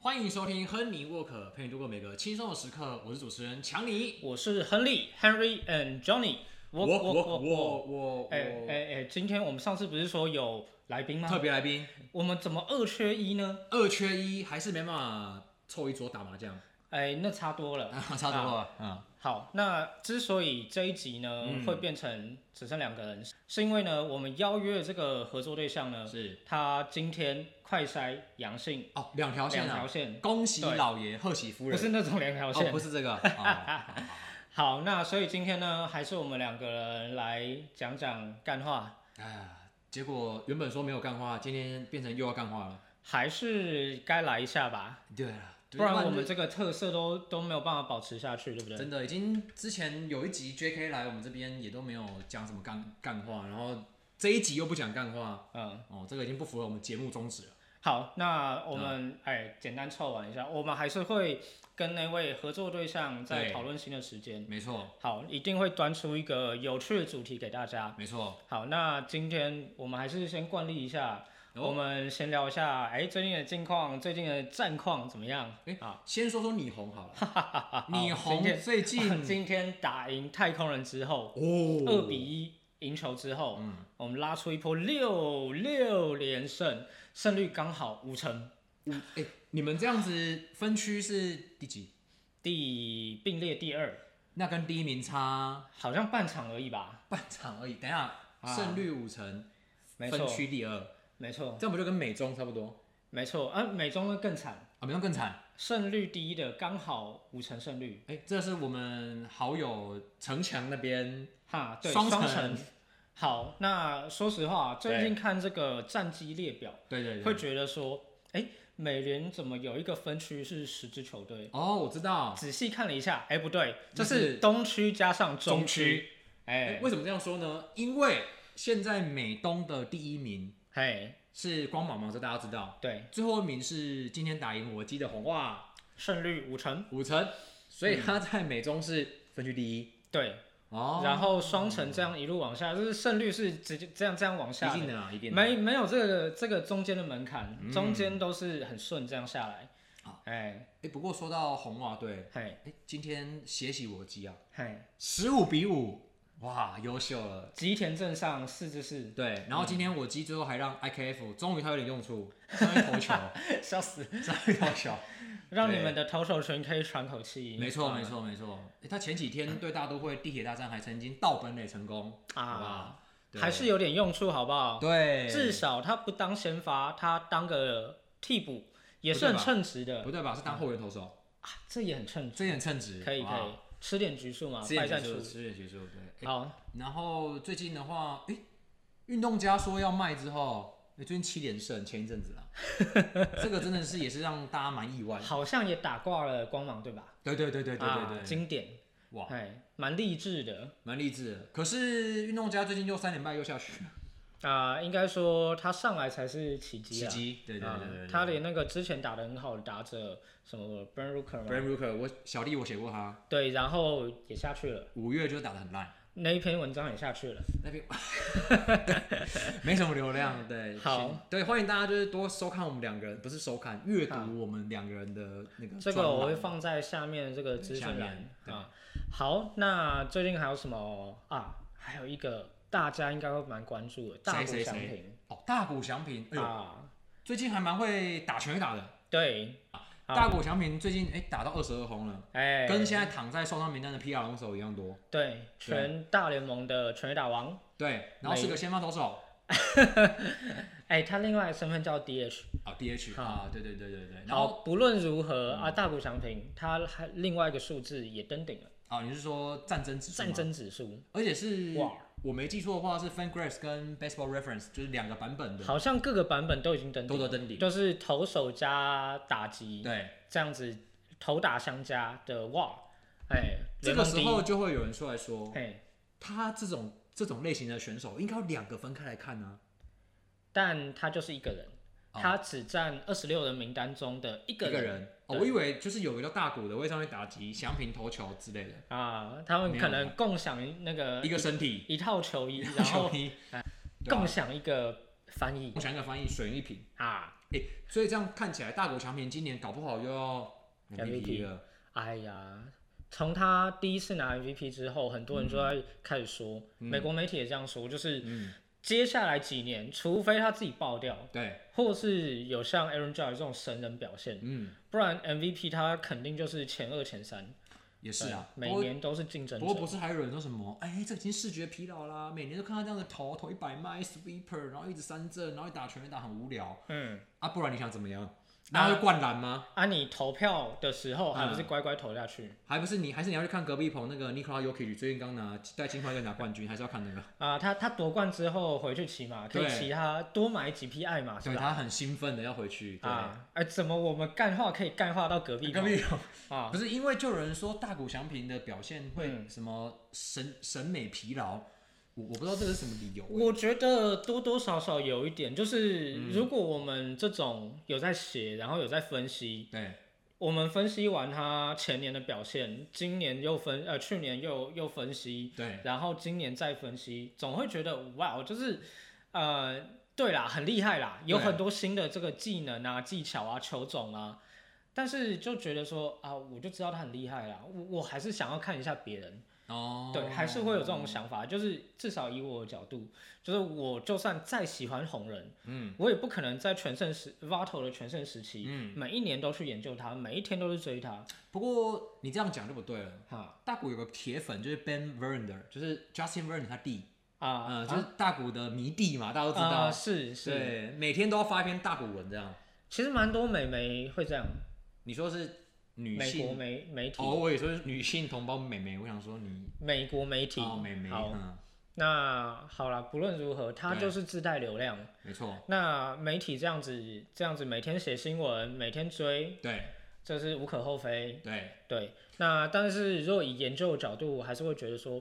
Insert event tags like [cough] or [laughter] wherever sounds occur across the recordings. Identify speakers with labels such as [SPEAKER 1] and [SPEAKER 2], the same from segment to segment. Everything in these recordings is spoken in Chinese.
[SPEAKER 1] 欢迎收听亨尼沃克，陪你度过每个轻松的时刻。我是主持人强尼。
[SPEAKER 2] 我是亨利 Henry and Johnny。我
[SPEAKER 1] 我我
[SPEAKER 2] 我我
[SPEAKER 1] 我
[SPEAKER 2] 哎
[SPEAKER 1] 我
[SPEAKER 2] 哎哎！今天我们上次不是说有来宾
[SPEAKER 1] 特
[SPEAKER 2] 吗？
[SPEAKER 1] 别来宾，
[SPEAKER 2] 我们怎么二缺一呢？
[SPEAKER 1] 二缺一还是没办法凑一桌打麻将，
[SPEAKER 2] 哎，那 [laughs] 差多了。
[SPEAKER 1] 差不多了。嗯，
[SPEAKER 2] 好，那之所以这一集呢、
[SPEAKER 1] 嗯
[SPEAKER 2] 会变成只剩两个人，是因为呢我们邀约的这个合作对象呢，
[SPEAKER 1] 是
[SPEAKER 2] 他今天快筛阳性，
[SPEAKER 1] 哦，两条
[SPEAKER 2] 两
[SPEAKER 1] 线啊
[SPEAKER 2] 条。线，
[SPEAKER 1] 恭喜
[SPEAKER 2] 对
[SPEAKER 1] 老爷，贺喜夫
[SPEAKER 2] 不
[SPEAKER 1] 人。
[SPEAKER 2] 是那种两条
[SPEAKER 1] 哦，
[SPEAKER 2] 线。
[SPEAKER 1] 不是这
[SPEAKER 2] [laughs]
[SPEAKER 1] 个。哦好
[SPEAKER 2] 好，那所以今天呢，还是我们两个人来讲讲干话。
[SPEAKER 1] 哎呀，结果原本说没有干话，今天变成又要干话了。
[SPEAKER 2] 还是该来一下吧，
[SPEAKER 1] 对啊，
[SPEAKER 2] 不然我
[SPEAKER 1] 就
[SPEAKER 2] 们这个特色都都没有办法保持下去，对不对？
[SPEAKER 1] 真的，已经之前有一集 J.K. 来我们这边也都没有讲什么干干话，然后这一集又不讲干话，
[SPEAKER 2] 嗯，
[SPEAKER 1] 哦，这个已经不符合我们节目宗旨了。
[SPEAKER 2] 好，那我们哎、简单凑完一下，我们还是会跟那位合作对象在
[SPEAKER 1] 对
[SPEAKER 2] 讨论新的时间。
[SPEAKER 1] 没错，
[SPEAKER 2] 好，一定会端出一个有趣的主题给大家。
[SPEAKER 1] 没错，
[SPEAKER 2] 好，那今天我们还是先惯例一下，
[SPEAKER 1] 哦
[SPEAKER 2] 我们先聊一下，哎、最近的近况，最近的战况怎么样？
[SPEAKER 1] 哎
[SPEAKER 2] 好，
[SPEAKER 1] 先说说你红好了，
[SPEAKER 2] [laughs]
[SPEAKER 1] 你
[SPEAKER 2] 今
[SPEAKER 1] 红
[SPEAKER 2] 天
[SPEAKER 1] 最 [laughs]
[SPEAKER 2] [laughs]
[SPEAKER 1] 近
[SPEAKER 2] 今天打赢太空人之后，
[SPEAKER 1] 哦
[SPEAKER 2] 二比一赢球之后，
[SPEAKER 1] 嗯
[SPEAKER 2] 我们拉出一波六六连胜，胜率刚好五成，
[SPEAKER 1] 五，哎，你们这样子分区是第几？
[SPEAKER 2] 第并列第二，
[SPEAKER 1] 那跟第一名差
[SPEAKER 2] 好像半场而已吧？
[SPEAKER 1] 半场而已。等一下，
[SPEAKER 2] [laughs] 啊
[SPEAKER 1] 胜率五成，
[SPEAKER 2] 没
[SPEAKER 1] 分
[SPEAKER 2] 错，
[SPEAKER 1] 区第二，
[SPEAKER 2] 没错，
[SPEAKER 1] 这样不就跟美中差不多
[SPEAKER 2] 没错。啊，美中会更惨，
[SPEAKER 1] 啊？美中更惨。
[SPEAKER 2] 胜率第一的刚好五成胜率，
[SPEAKER 1] 哎，这是我们好友城墙那边
[SPEAKER 2] 哈，对，
[SPEAKER 1] 双
[SPEAKER 2] 双
[SPEAKER 1] 城
[SPEAKER 2] 城。好，那说实话，最近看这个战绩列表，
[SPEAKER 1] 对对
[SPEAKER 2] 会
[SPEAKER 1] 对，
[SPEAKER 2] 觉得说，哎、美联怎么有一个分区是十支球队？
[SPEAKER 1] 哦，我知道，
[SPEAKER 2] 仔细看了一下，哎、不对，这
[SPEAKER 1] 那是
[SPEAKER 2] 是东区加上
[SPEAKER 1] 中
[SPEAKER 2] 中区，
[SPEAKER 1] 区。
[SPEAKER 2] 哎
[SPEAKER 1] 哎，为什么这样说呢？因为现在美东的第一名
[SPEAKER 2] 哎，
[SPEAKER 1] 是光芒嘛，这大家知道。
[SPEAKER 2] 对，
[SPEAKER 1] 最后一名是今天打赢我鸡的红袜
[SPEAKER 2] 胜率五成，
[SPEAKER 1] 五成，所以他在美中是分区第一。
[SPEAKER 2] 对，
[SPEAKER 1] 哦，
[SPEAKER 2] 然后双城这样一路往下，就是胜率是直接这样这样往
[SPEAKER 1] 一
[SPEAKER 2] 下
[SPEAKER 1] 定
[SPEAKER 2] 的，
[SPEAKER 1] 的啊，一定的。
[SPEAKER 2] 没没有这个这个中间的门槛，
[SPEAKER 1] 嗯
[SPEAKER 2] 中间都是很顺这样下来
[SPEAKER 1] 好。
[SPEAKER 2] 哎
[SPEAKER 1] 哎，不过说到红袜队，
[SPEAKER 2] 嘿
[SPEAKER 1] 哎，今天血洗我鸡啊，
[SPEAKER 2] 嘿，
[SPEAKER 1] 十五比五，哇，优秀了。
[SPEAKER 2] 吉田镇上四
[SPEAKER 1] [laughs]
[SPEAKER 2] 支四，
[SPEAKER 1] 对，然后今天我鸡最后还让 IKF，终于他有点用处，上去
[SPEAKER 2] [laughs]
[SPEAKER 1] 投球，
[SPEAKER 2] 笑死，
[SPEAKER 1] 上去投球。
[SPEAKER 2] 让你们的投手群可以喘口气。
[SPEAKER 1] 没错，没
[SPEAKER 2] 啊
[SPEAKER 1] 错，没错。诶他前几天对大都会地铁大战还曾经盗本垒成功，好不
[SPEAKER 2] 啊
[SPEAKER 1] 好，对
[SPEAKER 2] 还是有点用处，好不好？
[SPEAKER 1] 对，
[SPEAKER 2] 至少他不当先发，他当个替补也
[SPEAKER 1] 不
[SPEAKER 2] 是
[SPEAKER 1] 对
[SPEAKER 2] 很
[SPEAKER 1] 吧
[SPEAKER 2] 称职的啊
[SPEAKER 1] 不，对吧？是当后援投手。
[SPEAKER 2] 这也很称职，
[SPEAKER 1] 这也很称职，
[SPEAKER 2] 可以
[SPEAKER 1] 好不
[SPEAKER 2] 可
[SPEAKER 1] 好
[SPEAKER 2] 以，吃点局数嘛，
[SPEAKER 1] 吃
[SPEAKER 2] 败
[SPEAKER 1] 点
[SPEAKER 2] 战
[SPEAKER 1] 学术，
[SPEAKER 2] 术。
[SPEAKER 1] 吃点学术，对。诶
[SPEAKER 2] 好，
[SPEAKER 1] 然后最近的话，诶，运动家说要卖之后，诶最近七连胜，前一阵子
[SPEAKER 2] [laughs]
[SPEAKER 1] 啦，这个真的是也是让大家蛮意外。
[SPEAKER 2] 好像也打挂了光芒，对吧？
[SPEAKER 1] 对对对对对
[SPEAKER 2] 啊
[SPEAKER 1] 对对，
[SPEAKER 2] 经典，
[SPEAKER 1] 哇，
[SPEAKER 2] 哎，蛮励志的
[SPEAKER 1] 蛮励志的。可是运动家最近又三连败又下去，
[SPEAKER 2] 啊、应该说他上来才是奇迹
[SPEAKER 1] 奇
[SPEAKER 2] 啊。
[SPEAKER 1] 迹，对对
[SPEAKER 2] 啊
[SPEAKER 1] 对对对。
[SPEAKER 2] 他连那个之前打的很好的打者什么 b r a n Rooker 嘛
[SPEAKER 1] Brand Rooker，我小弟我写过他，
[SPEAKER 2] 对，然后也下去了，
[SPEAKER 1] 五月就打得很烂，
[SPEAKER 2] 那一篇文章也下去了。
[SPEAKER 1] 那
[SPEAKER 2] [laughs]
[SPEAKER 1] 边没什么流量，对，
[SPEAKER 2] 好
[SPEAKER 1] 请，对，欢迎大家就是多收看我们两个人，不是收看，阅读我们两个人的那个
[SPEAKER 2] 这
[SPEAKER 1] 专
[SPEAKER 2] 个
[SPEAKER 1] 栏
[SPEAKER 2] 我会放在下面这个资
[SPEAKER 1] 下
[SPEAKER 2] 讯栏
[SPEAKER 1] 面对
[SPEAKER 2] 啊。好，那最近还有什么啊？还有一个大家应该会蛮关注的，大
[SPEAKER 1] 谁
[SPEAKER 2] 谷
[SPEAKER 1] 谁
[SPEAKER 2] 翔
[SPEAKER 1] 谁
[SPEAKER 2] 平
[SPEAKER 1] 哦，大谷翔平，哎呦，
[SPEAKER 2] 啊，
[SPEAKER 1] 最近还蛮会打拳打的。
[SPEAKER 2] 对，好
[SPEAKER 1] 大谷翔平最近哎、打到二十二轰了，
[SPEAKER 2] 啊哎，
[SPEAKER 1] 跟现在躺在受伤名单的 P.R. 龙手一样多。
[SPEAKER 2] 对，全大联盟的全垒打王。 [laughs]
[SPEAKER 1] 对，然后是个先发投手
[SPEAKER 2] 哎，他另外的身份叫 DH。
[SPEAKER 1] 啊，D.H.
[SPEAKER 2] 好
[SPEAKER 1] 啊，对对对对对。然后嗯
[SPEAKER 2] 好，不论如何啊，大谷翔平他还另外一个数字也登顶了，
[SPEAKER 1] 啊，你是说战争指数吗
[SPEAKER 2] 战，争指数
[SPEAKER 1] 而且是
[SPEAKER 2] 哇
[SPEAKER 1] 我没记错的话是 FanGraphs 跟 Baseball Reference 就是两个版本的
[SPEAKER 2] 好像各个版本都已经登
[SPEAKER 1] 都
[SPEAKER 2] 顶，
[SPEAKER 1] 得登顶。
[SPEAKER 2] 就是投手加打击
[SPEAKER 1] 对，
[SPEAKER 2] 这样子投打相加的哇，哎，
[SPEAKER 1] 嗯这个时候就会有人出来说，
[SPEAKER 2] 哎，
[SPEAKER 1] 他这种这种类型的选手应该要两个分开来看啊呢、
[SPEAKER 2] 但他就是一个人，
[SPEAKER 1] 哦
[SPEAKER 2] 他只占二十六人名单中的一
[SPEAKER 1] 一
[SPEAKER 2] 个
[SPEAKER 1] 个人哦，
[SPEAKER 2] 对
[SPEAKER 1] 我以为就是有个叫大谷的会上去打击、翔平投球之类的。
[SPEAKER 2] 啊，他们
[SPEAKER 1] 没有
[SPEAKER 2] 可能共享那个 [laughs]
[SPEAKER 1] 一个身体，
[SPEAKER 2] 一套球衣，
[SPEAKER 1] 一个
[SPEAKER 2] 然后
[SPEAKER 1] 球衣，对啊
[SPEAKER 2] 共享一个翻译
[SPEAKER 1] 我想一个翻译，水泥瓶。
[SPEAKER 2] 啊，
[SPEAKER 1] 哎、所以这样看起来，大狗强平今年搞不好又要 MVP 了。
[SPEAKER 2] 哎呀，从他第一次拿 MVP 之后，很多人就在开始说，美国媒体也这样说，就是
[SPEAKER 1] 嗯，
[SPEAKER 2] 接下来几年，除非他自己爆掉，
[SPEAKER 1] 对，
[SPEAKER 2] 或是有像 Aaron Judge 这种神人表现，
[SPEAKER 1] 嗯，
[SPEAKER 2] 不然 MVP 他肯定就是前二前三。
[SPEAKER 1] 也是啊。
[SPEAKER 2] 对每
[SPEAKER 1] 不过
[SPEAKER 2] 年都是竞争
[SPEAKER 1] 不过不
[SPEAKER 2] 者。
[SPEAKER 1] 是还有人说什么？哎、这已经视觉疲劳啦，每年都看他这样的投投一百迈 sweeper，然后一直三振，然后一打全垒打很无聊
[SPEAKER 2] 嗯，
[SPEAKER 1] 啊。不然你想怎么样？然后就灌篮吗？
[SPEAKER 2] 啊，你投票的时候还不是乖乖投下去、
[SPEAKER 1] 还不是你，还是你要去看隔壁棚那个 Nikola Jokic 最近刚拿在金块队拿冠军，还是要看那个？
[SPEAKER 2] 啊？他他夺冠之后回去骑马，可以
[SPEAKER 1] 对
[SPEAKER 2] 骑他多买几匹爱啊马是
[SPEAKER 1] 所以
[SPEAKER 2] 吧？
[SPEAKER 1] 他很兴奋的要回去。对，
[SPEAKER 2] 啊，哎，怎么我们干话可以干话到隔壁
[SPEAKER 1] 隔
[SPEAKER 2] 棚
[SPEAKER 1] 壁
[SPEAKER 2] 啊？
[SPEAKER 1] 不是因为就有人说大谷翔平的表现会
[SPEAKER 2] 嗯
[SPEAKER 1] 什么审审美疲劳，我我不知道这是什么理由欸。
[SPEAKER 2] 我觉得多多少少有一点，
[SPEAKER 1] 嗯
[SPEAKER 2] 就是如果我们这种有在写，然后有在分析，
[SPEAKER 1] 对，
[SPEAKER 2] 我们分析完他前年的表现，今年又分呃去年又又分析，
[SPEAKER 1] 对，
[SPEAKER 2] 然后今年再分析，总会觉得哇，就是呃对啦，很厉害啦，有
[SPEAKER 1] 对
[SPEAKER 2] 很多新的这个技能啊、技巧啊、球种啊，但是就觉得说啊，我就知道他很厉害啦，我我还是想要看一下别人。
[SPEAKER 1] 哦，
[SPEAKER 2] 对，还是会有这种想法，就是至少以我的角度，就是我就算再喜欢红人，
[SPEAKER 1] 嗯，
[SPEAKER 2] 我也不可能在全盛时 Vato 的全盛时期，
[SPEAKER 1] 嗯
[SPEAKER 2] 每一年都去研究他，每一天都是追他，
[SPEAKER 1] 不过你这样讲就不对了。
[SPEAKER 2] 哈
[SPEAKER 1] 大谷有个铁粉就是 Ben Verlander，就是 Justin Verlander 他弟，
[SPEAKER 2] 啊，
[SPEAKER 1] 呃，就是大谷的迷弟嘛，大家都知
[SPEAKER 2] 啊
[SPEAKER 1] 道。
[SPEAKER 2] 是是，
[SPEAKER 1] 对，每天都要发一篇大谷文这样。
[SPEAKER 2] 其实蛮多美媒会这样，
[SPEAKER 1] 你说是女
[SPEAKER 2] 美国
[SPEAKER 1] 性，
[SPEAKER 2] 媒媒体，
[SPEAKER 1] 哦，我也说是女性同胞美眉，我想说你
[SPEAKER 2] 美国媒体，
[SPEAKER 1] 哦，美眉，
[SPEAKER 2] 好，
[SPEAKER 1] 嗯，
[SPEAKER 2] 那好了，不论如何，他
[SPEAKER 1] 对
[SPEAKER 2] 就是自带流量，
[SPEAKER 1] 没错，
[SPEAKER 2] 那媒体这样子这样子每天写新闻，每天追，
[SPEAKER 1] 对
[SPEAKER 2] 这是无可厚非。
[SPEAKER 1] 对，
[SPEAKER 2] 对，那但是如果以研究的角度，我还是会觉得说，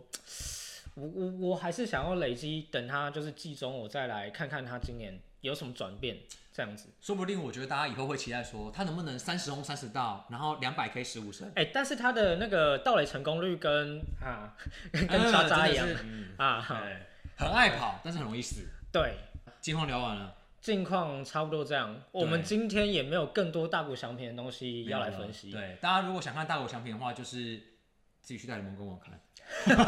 [SPEAKER 2] 我我我还是想要累积，等他就是季中我再来看看他今年有什么转变，这样子。
[SPEAKER 1] 说不定我觉得大家以后会期待说他能不能三十轰三十道，然后两百 K 十五升，
[SPEAKER 2] 哎、但是他的那个盗垒成功率跟啊 [laughs] 跟
[SPEAKER 1] 嗯
[SPEAKER 2] 渣渣一样、
[SPEAKER 1] 真的是嗯
[SPEAKER 2] 啊，
[SPEAKER 1] 对，很爱跑，但是很容易死。
[SPEAKER 2] 对，
[SPEAKER 1] 近况聊完了，
[SPEAKER 2] 近况差不多这样。我们今天也没有更多大股翔平的东西要来分析，
[SPEAKER 1] 对，大家如果想看大狗相片的话，就是自己去大联盟跟我看。
[SPEAKER 2] [laughs]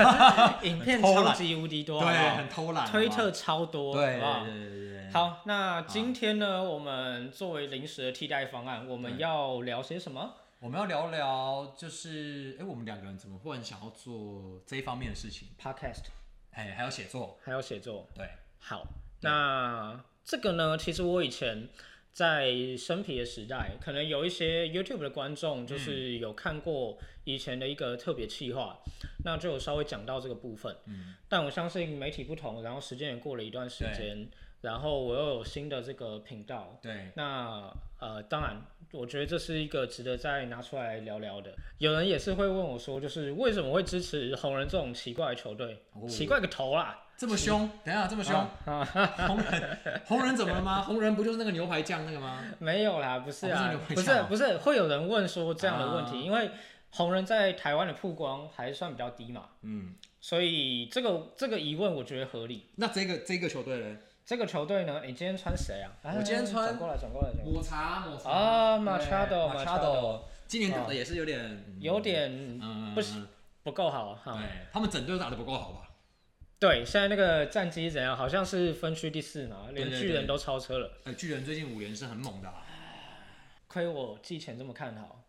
[SPEAKER 2] 影片
[SPEAKER 1] 偷
[SPEAKER 2] 超
[SPEAKER 1] 懒
[SPEAKER 2] 级无敌多，好不
[SPEAKER 1] 对，
[SPEAKER 2] 好
[SPEAKER 1] 很偷懒。
[SPEAKER 2] 推特
[SPEAKER 1] 好
[SPEAKER 2] 超多，
[SPEAKER 1] 不好，对
[SPEAKER 2] 好不好
[SPEAKER 1] 对对对对。
[SPEAKER 2] 好，那今天呢，我们作为临时的替代方案，我们要聊些什么？
[SPEAKER 1] 我们要聊聊，就是哎，我们两个人怎么忽然想要做这一方面的事情？
[SPEAKER 2] Podcast
[SPEAKER 1] 哎，还有写作，
[SPEAKER 2] 还有写作。
[SPEAKER 1] 对，
[SPEAKER 2] 好，那这个呢，其实我以前在生皮的时代，可能有一些 YouTube 的观众就是有看过以前的一个特别企划，那就有稍微讲到这个部分。
[SPEAKER 1] 嗯，
[SPEAKER 2] 但我相信媒体不同，然后时间也过了一段时
[SPEAKER 1] 对
[SPEAKER 2] 间，然后我又有新的这个频道，
[SPEAKER 1] 对，
[SPEAKER 2] 那呃，当然，我觉得这是一个值得再拿出来聊聊的。有人也是会问我说，就是为什么会支持红人这种奇怪的球队？
[SPEAKER 1] 哦
[SPEAKER 2] 奇怪个头啦！
[SPEAKER 1] 这么凶，等一下这么凶，
[SPEAKER 2] [laughs]
[SPEAKER 1] 红人，红人怎么了吗？红人不就是那个牛排酱那个吗？
[SPEAKER 2] [laughs] 没有啦，不是啊，
[SPEAKER 1] 哦
[SPEAKER 2] 不
[SPEAKER 1] 不是你们会
[SPEAKER 2] 是
[SPEAKER 1] 讲哦
[SPEAKER 2] 不是，会有人问说这样的问题，
[SPEAKER 1] 啊
[SPEAKER 2] 因为红人在台湾的曝光还算比较低嘛，
[SPEAKER 1] 嗯，
[SPEAKER 2] 所以这个这个疑问我觉得合理。
[SPEAKER 1] 那这个这个球队呢？
[SPEAKER 2] 这个球队呢，你今天穿谁啊？
[SPEAKER 1] 我今天穿嗯
[SPEAKER 2] 转过来，转过来，转过
[SPEAKER 1] 抹茶，抹茶
[SPEAKER 2] 啊
[SPEAKER 1] 对
[SPEAKER 2] Machado，
[SPEAKER 1] Machado，今年打
[SPEAKER 2] 啊
[SPEAKER 1] 的也是有点，
[SPEAKER 2] 来，
[SPEAKER 1] 嗯
[SPEAKER 2] 有点
[SPEAKER 1] 嗯，
[SPEAKER 2] 不啊
[SPEAKER 1] 行，
[SPEAKER 2] 不够好哈。
[SPEAKER 1] 对他们整队都打得不够好吧？
[SPEAKER 2] 对，现在那个战绩怎样？好像是分区第四嘛，
[SPEAKER 1] 对
[SPEAKER 2] 连
[SPEAKER 1] 对
[SPEAKER 2] 巨人
[SPEAKER 1] 对
[SPEAKER 2] 都超车了。
[SPEAKER 1] 呃，巨人最近五连胜很猛的啊，
[SPEAKER 2] 亏我季前这么看好，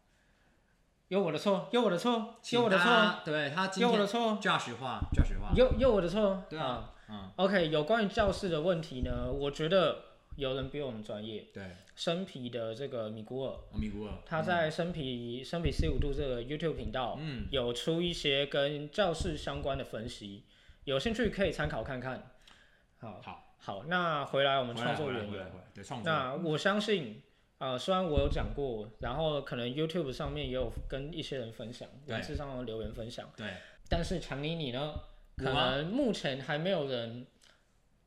[SPEAKER 2] 有我的错，有我的错，有
[SPEAKER 1] 请
[SPEAKER 2] 我的错，
[SPEAKER 1] 他，对他今
[SPEAKER 2] 有我的
[SPEAKER 1] 天
[SPEAKER 2] 错，
[SPEAKER 1] Josh 化，Josh 化，
[SPEAKER 2] 有有我的错。哦
[SPEAKER 1] 对啊，嗯，
[SPEAKER 2] OK，有关于教室的问题呢，我觉得有人比我们专业。
[SPEAKER 1] 对，
[SPEAKER 2] 生皮的这个米古尔，
[SPEAKER 1] 我米古尔，
[SPEAKER 2] 他在生皮生皮四五度这个 YouTube 频道，
[SPEAKER 1] 嗯，
[SPEAKER 2] 有出一些跟教室相关的分析，有兴趣可以参考看看。好，
[SPEAKER 1] 好，
[SPEAKER 2] 好，那回来我们
[SPEAKER 1] 回来
[SPEAKER 2] 创作
[SPEAKER 1] 回来
[SPEAKER 2] 原
[SPEAKER 1] 回
[SPEAKER 2] 因
[SPEAKER 1] 来。回来对创作，
[SPEAKER 2] 那我相信，呃，虽然我有讲过，然后可能 YouTube 上面也有跟一些人分享，
[SPEAKER 1] 对
[SPEAKER 2] 文字上的留言分享，
[SPEAKER 1] 对，
[SPEAKER 2] 但是强尼你呢，可
[SPEAKER 1] 我吗
[SPEAKER 2] 能目前还没有人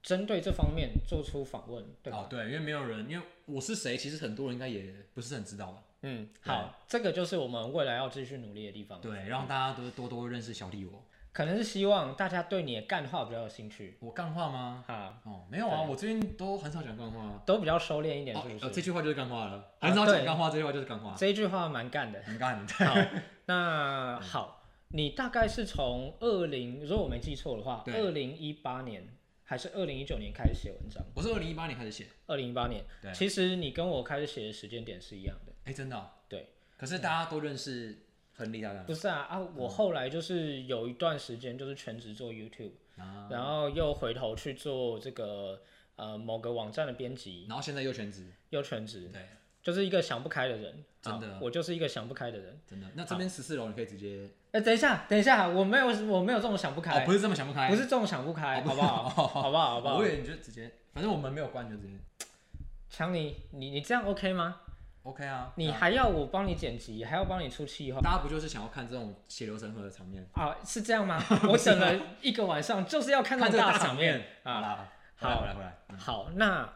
[SPEAKER 2] 针对这方面做出访问，对吧？
[SPEAKER 1] 哦对，因为没有人，因为我是谁，其实很多人应该也不是很知道吧？
[SPEAKER 2] 嗯，好，这个就是我们未来要继续努力的地方。
[SPEAKER 1] 对，让大家都多多认识小弟我，
[SPEAKER 2] 可能是希望大家对你的干话比较有兴趣
[SPEAKER 1] 我干话吗？
[SPEAKER 2] 哈，
[SPEAKER 1] 哦，没有啊，
[SPEAKER 2] 对
[SPEAKER 1] 我最近都很少讲干话啊。
[SPEAKER 2] 都比较收敛一点，
[SPEAKER 1] 哦
[SPEAKER 2] 是不，是？
[SPEAKER 1] 呃这句话就是干话了，
[SPEAKER 2] 啊
[SPEAKER 1] 很少讲
[SPEAKER 2] 对
[SPEAKER 1] 干话，这句话就是干话，
[SPEAKER 2] 这一句话蛮干的。
[SPEAKER 1] 很
[SPEAKER 2] [laughs]
[SPEAKER 1] 干。
[SPEAKER 2] 好，
[SPEAKER 1] 嗯
[SPEAKER 2] 那好，你大概是从二零，如果我没记错的话，
[SPEAKER 1] 对
[SPEAKER 2] 二零一八年还是二零一九年开始写文章？
[SPEAKER 1] 我是二零一八年开始写，
[SPEAKER 2] 二零一八年
[SPEAKER 1] 对，
[SPEAKER 2] 其实你跟我开始写的时间点是一样的。
[SPEAKER 1] 哎，真的哦。
[SPEAKER 2] 对，
[SPEAKER 1] 可是大家都认识很厉害的
[SPEAKER 2] 不是啊啊！
[SPEAKER 1] 嗯
[SPEAKER 2] 我后来就是有一段时间就是全职做 YouTube，、
[SPEAKER 1] 啊，
[SPEAKER 2] 然后又回头去做这个呃某个网站的编辑，
[SPEAKER 1] 然后现在又全职，
[SPEAKER 2] 又全职，
[SPEAKER 1] 对，
[SPEAKER 2] 就是一个想不开的人。
[SPEAKER 1] 真的
[SPEAKER 2] 啊我就是一个想不开的人。
[SPEAKER 1] 真的。那这边十四楼你可以直接，
[SPEAKER 2] 哎、等一下，等一下，我没有我没有这种想不开。
[SPEAKER 1] 哦，不是这么想不开，哦
[SPEAKER 2] 不是这种想不开，好不好？好不好？好不好
[SPEAKER 1] 我以？为你就直接，反正我们没有关，就直接
[SPEAKER 2] 强尼，你你这样 OK 吗？
[SPEAKER 1] OK 啊。
[SPEAKER 2] 你
[SPEAKER 1] 啊
[SPEAKER 2] 还要我帮你剪辑，还要帮你出气
[SPEAKER 1] [laughs]
[SPEAKER 2] 话
[SPEAKER 1] 大家不就是想要看这种血流成河的场面？
[SPEAKER 2] 啊？是这样吗？我等了一个晚上，就是要看到
[SPEAKER 1] 啊这个
[SPEAKER 2] 大
[SPEAKER 1] 场
[SPEAKER 2] 面
[SPEAKER 1] 好
[SPEAKER 2] 啊！
[SPEAKER 1] 啦，回来
[SPEAKER 2] 好
[SPEAKER 1] 回来回来，
[SPEAKER 2] 好，那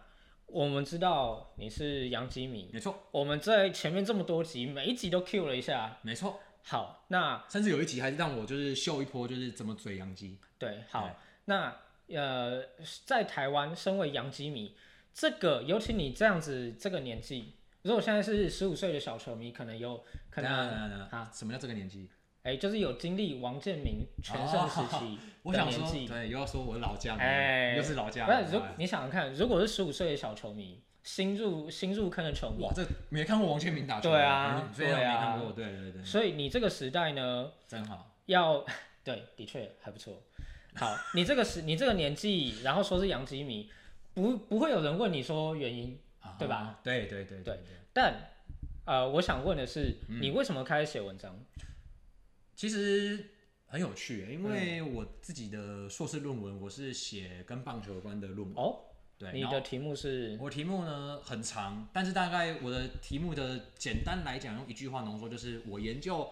[SPEAKER 2] 我们知道你是杨基米，
[SPEAKER 1] 没错
[SPEAKER 2] 我们在前面这么多集，每一集都 Q 了一下。
[SPEAKER 1] 没错，
[SPEAKER 2] 好，那
[SPEAKER 1] 甚至有一集还是让我就是秀一波，就是怎么嘴洋基。
[SPEAKER 2] 对，好
[SPEAKER 1] 对，
[SPEAKER 2] 那呃，在台湾，身为洋基迷，这个尤其你这样子这个年纪，如果现在是十五岁的小球迷，可能有可
[SPEAKER 1] 等一下等一下
[SPEAKER 2] 能
[SPEAKER 1] 等一下
[SPEAKER 2] 啊，
[SPEAKER 1] 什么叫这个年纪？
[SPEAKER 2] 哎、就是有经历王建民全盛时期
[SPEAKER 1] [laughs] 我
[SPEAKER 2] 的
[SPEAKER 1] 想
[SPEAKER 2] 年
[SPEAKER 1] 说，
[SPEAKER 2] 纪。
[SPEAKER 1] 对，又要说我是老将，
[SPEAKER 2] 哎
[SPEAKER 1] 又是老将，
[SPEAKER 2] 不是，如
[SPEAKER 1] 哎
[SPEAKER 2] 你想想看，如果是十五岁的小球迷，新入新入坑的球迷，
[SPEAKER 1] 哇，这没看过王建民打球，
[SPEAKER 2] 对啊
[SPEAKER 1] 所以没
[SPEAKER 2] 对啊
[SPEAKER 1] 看过，对对对，
[SPEAKER 2] 所以你这个时代呢，
[SPEAKER 1] 真好，
[SPEAKER 2] 要 [laughs] 对，的确还不错。好，你这个时你这个年纪，然后说是洋基迷，不不会有人问你说原因。
[SPEAKER 1] 啊
[SPEAKER 2] 对吧？
[SPEAKER 1] 对对对嗯
[SPEAKER 2] 对但呃，我想问的是，你为什么开始写文章？
[SPEAKER 1] 其实很有趣，欸因为
[SPEAKER 2] 嗯
[SPEAKER 1] 我自己的硕士论文我是写跟棒球有关的论文，
[SPEAKER 2] 哦，
[SPEAKER 1] 对，
[SPEAKER 2] 你
[SPEAKER 1] 哎然后
[SPEAKER 2] 的题目是
[SPEAKER 1] 我题目呢很长，但是大概我的题目的简单来讲，用一句话浓缩就是我研究。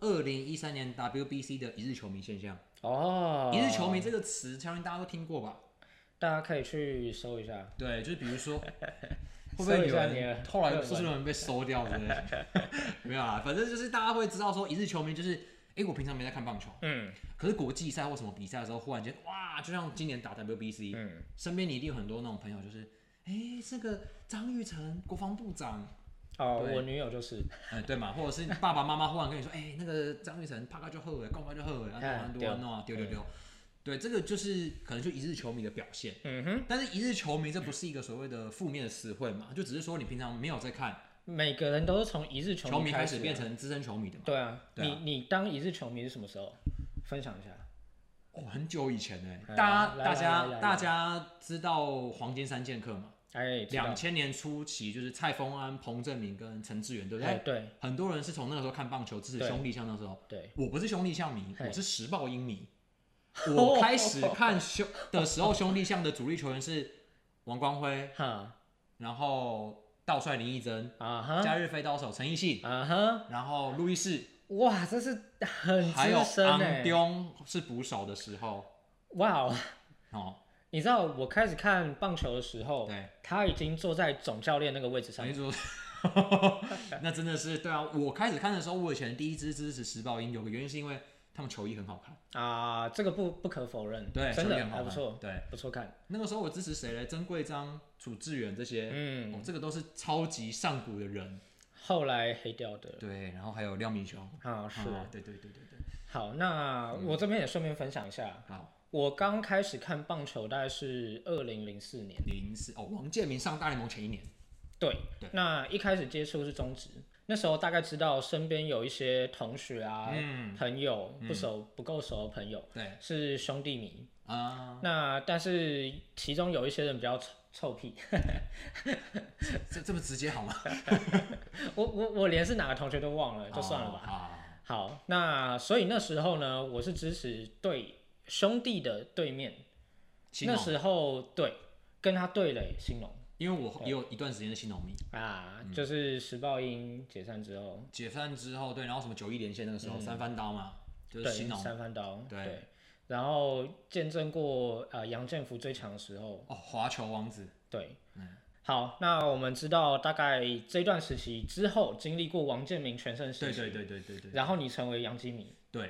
[SPEAKER 1] 二零一三年 WBC 的一日球迷现象，
[SPEAKER 2] 哦，
[SPEAKER 1] 一日球迷，这个词，相信大家都听过吧？
[SPEAKER 2] 大家可以去搜一下。
[SPEAKER 1] 对，就是比如说，会不
[SPEAKER 2] 搜
[SPEAKER 1] 会
[SPEAKER 2] 一
[SPEAKER 1] 有
[SPEAKER 2] 下你的
[SPEAKER 1] 人后来
[SPEAKER 2] 论文
[SPEAKER 1] 硕士论文被收掉之类的？没有啊，反正就是大家会知道说，一日球迷就是，诶，我平常没在看棒球，
[SPEAKER 2] 嗯
[SPEAKER 1] 可是国际赛或什么比赛的时候，忽然间哇，就像今年打 WBC，、
[SPEAKER 2] 嗯，
[SPEAKER 1] 身边你一定有很多那种朋友，就是，诶，这个张玉成国防部长，
[SPEAKER 2] 哦，
[SPEAKER 1] 对
[SPEAKER 2] 我女友就是，
[SPEAKER 1] 嗯、对嘛，或者是你爸爸妈妈忽然跟你说，诶，那个张玉成啪啪就后悔，干嘛就后悔，啊，
[SPEAKER 2] 哎
[SPEAKER 1] 多
[SPEAKER 2] 对
[SPEAKER 1] 多弄啊，丢丢丢，对，这个就是可能就一日球迷的表现。
[SPEAKER 2] 嗯哼，
[SPEAKER 1] 但是一日球迷这不是一个所谓的负面的词汇嘛，就只是说你平常没有在看
[SPEAKER 2] 每个人都是从一日球
[SPEAKER 1] 球迷
[SPEAKER 2] 开
[SPEAKER 1] 开始
[SPEAKER 2] 的
[SPEAKER 1] 变。成资深球迷的嘛。
[SPEAKER 2] 对啊，
[SPEAKER 1] 对啊
[SPEAKER 2] 你你当一日球迷是什么时候？分享一下。
[SPEAKER 1] 哦，很久以前呢、
[SPEAKER 2] 哎
[SPEAKER 1] 大
[SPEAKER 2] 呀
[SPEAKER 1] 家大
[SPEAKER 2] 来来来来
[SPEAKER 1] 家大家知道黄金三剑客嘛？
[SPEAKER 2] 哎，知道
[SPEAKER 1] 两千年初期就是蔡丰安、彭正明跟陈志远，对不
[SPEAKER 2] 哎
[SPEAKER 1] 对？
[SPEAKER 2] 对
[SPEAKER 1] 很多人是从那个时候看棒球，支持
[SPEAKER 2] 对
[SPEAKER 1] 兄弟像那时候。
[SPEAKER 2] 对，
[SPEAKER 1] 我不是兄弟像迷，
[SPEAKER 2] 嘿
[SPEAKER 1] 我是时报英
[SPEAKER 2] [laughs]
[SPEAKER 1] 迷。我开始看兄的时候，兄弟像的主力球员是王光辉，
[SPEAKER 2] 哈
[SPEAKER 1] 然后道帅林义珍、
[SPEAKER 2] 啊哈
[SPEAKER 1] 假日飞刀手陈奕迅，
[SPEAKER 2] 啊哈，
[SPEAKER 1] 然后路易士，
[SPEAKER 2] 哇，这是很
[SPEAKER 1] 还有
[SPEAKER 2] 资深
[SPEAKER 1] 昂
[SPEAKER 2] 哎，
[SPEAKER 1] 丢是捕手的时候，
[SPEAKER 2] 哇哦！
[SPEAKER 1] 哦，
[SPEAKER 2] 你知道我开始看棒球的时候，
[SPEAKER 1] 对，
[SPEAKER 2] 他已经坐在总教练那个位置上
[SPEAKER 1] 陈一。
[SPEAKER 2] [laughs]
[SPEAKER 1] 竹，那真的是对啊。我开始看的时候，我以前第一支支持时报英，有个原因是因为他们球衣很好看，
[SPEAKER 2] 啊、这个不不可否认，
[SPEAKER 1] 对，
[SPEAKER 2] 真
[SPEAKER 1] 球衣
[SPEAKER 2] 的
[SPEAKER 1] 很好
[SPEAKER 2] 还
[SPEAKER 1] 看，
[SPEAKER 2] 不错，
[SPEAKER 1] 对，
[SPEAKER 2] 不错看，
[SPEAKER 1] 那个时候我支持谁嘞？曾贵章、楚志远这些，
[SPEAKER 2] 嗯，
[SPEAKER 1] 哦，这个都是超级上古的人，
[SPEAKER 2] 后来黑掉的，
[SPEAKER 1] 对。然后还有廖敏雄，
[SPEAKER 2] 啊是，
[SPEAKER 1] 啊对对对对对，
[SPEAKER 2] 好，那我这边也顺便分享一下，
[SPEAKER 1] 嗯好，
[SPEAKER 2] 我刚开始看棒球大概是二零零四年，
[SPEAKER 1] 零四哦，王建民上大联盟前一年，
[SPEAKER 2] 对，
[SPEAKER 1] 对
[SPEAKER 2] 那一开始接触是中职，那时候大概知道身边有一些同学啊、
[SPEAKER 1] 嗯，
[SPEAKER 2] 朋友不熟、不够熟的朋友
[SPEAKER 1] 对
[SPEAKER 2] 是兄弟迷，
[SPEAKER 1] 啊，
[SPEAKER 2] 那但是其中有一些人比较臭臭屁， [laughs]
[SPEAKER 1] 这这么直接好吗？
[SPEAKER 2] 我我我连是哪个同学都忘 [laughs] 了，就算了吧。
[SPEAKER 1] 哦好
[SPEAKER 2] 好，那所以那时候呢，我是支持对兄弟的对面，
[SPEAKER 1] 新
[SPEAKER 2] 那
[SPEAKER 1] 农，
[SPEAKER 2] 时候对跟他对垒兴隆
[SPEAKER 1] 因为我也有一段时间是新农迷，
[SPEAKER 2] 啊，
[SPEAKER 1] 嗯
[SPEAKER 2] 就是时报英解散之后，
[SPEAKER 1] 解散之后，对，然后什么九一连线那个时候、三番刀嘛，就是
[SPEAKER 2] 嗯对
[SPEAKER 1] 新农
[SPEAKER 2] 三番刀
[SPEAKER 1] 对
[SPEAKER 2] 然后见证过呃杨振福最强的时候，
[SPEAKER 1] 哦，华球王子，
[SPEAKER 2] 对，
[SPEAKER 1] 嗯
[SPEAKER 2] 好，那我们知道大概这段时期之后，经历过王建民全盛时
[SPEAKER 1] 对
[SPEAKER 2] 期，
[SPEAKER 1] 对对对对对
[SPEAKER 2] 然后你成为杨基迷，
[SPEAKER 1] 对。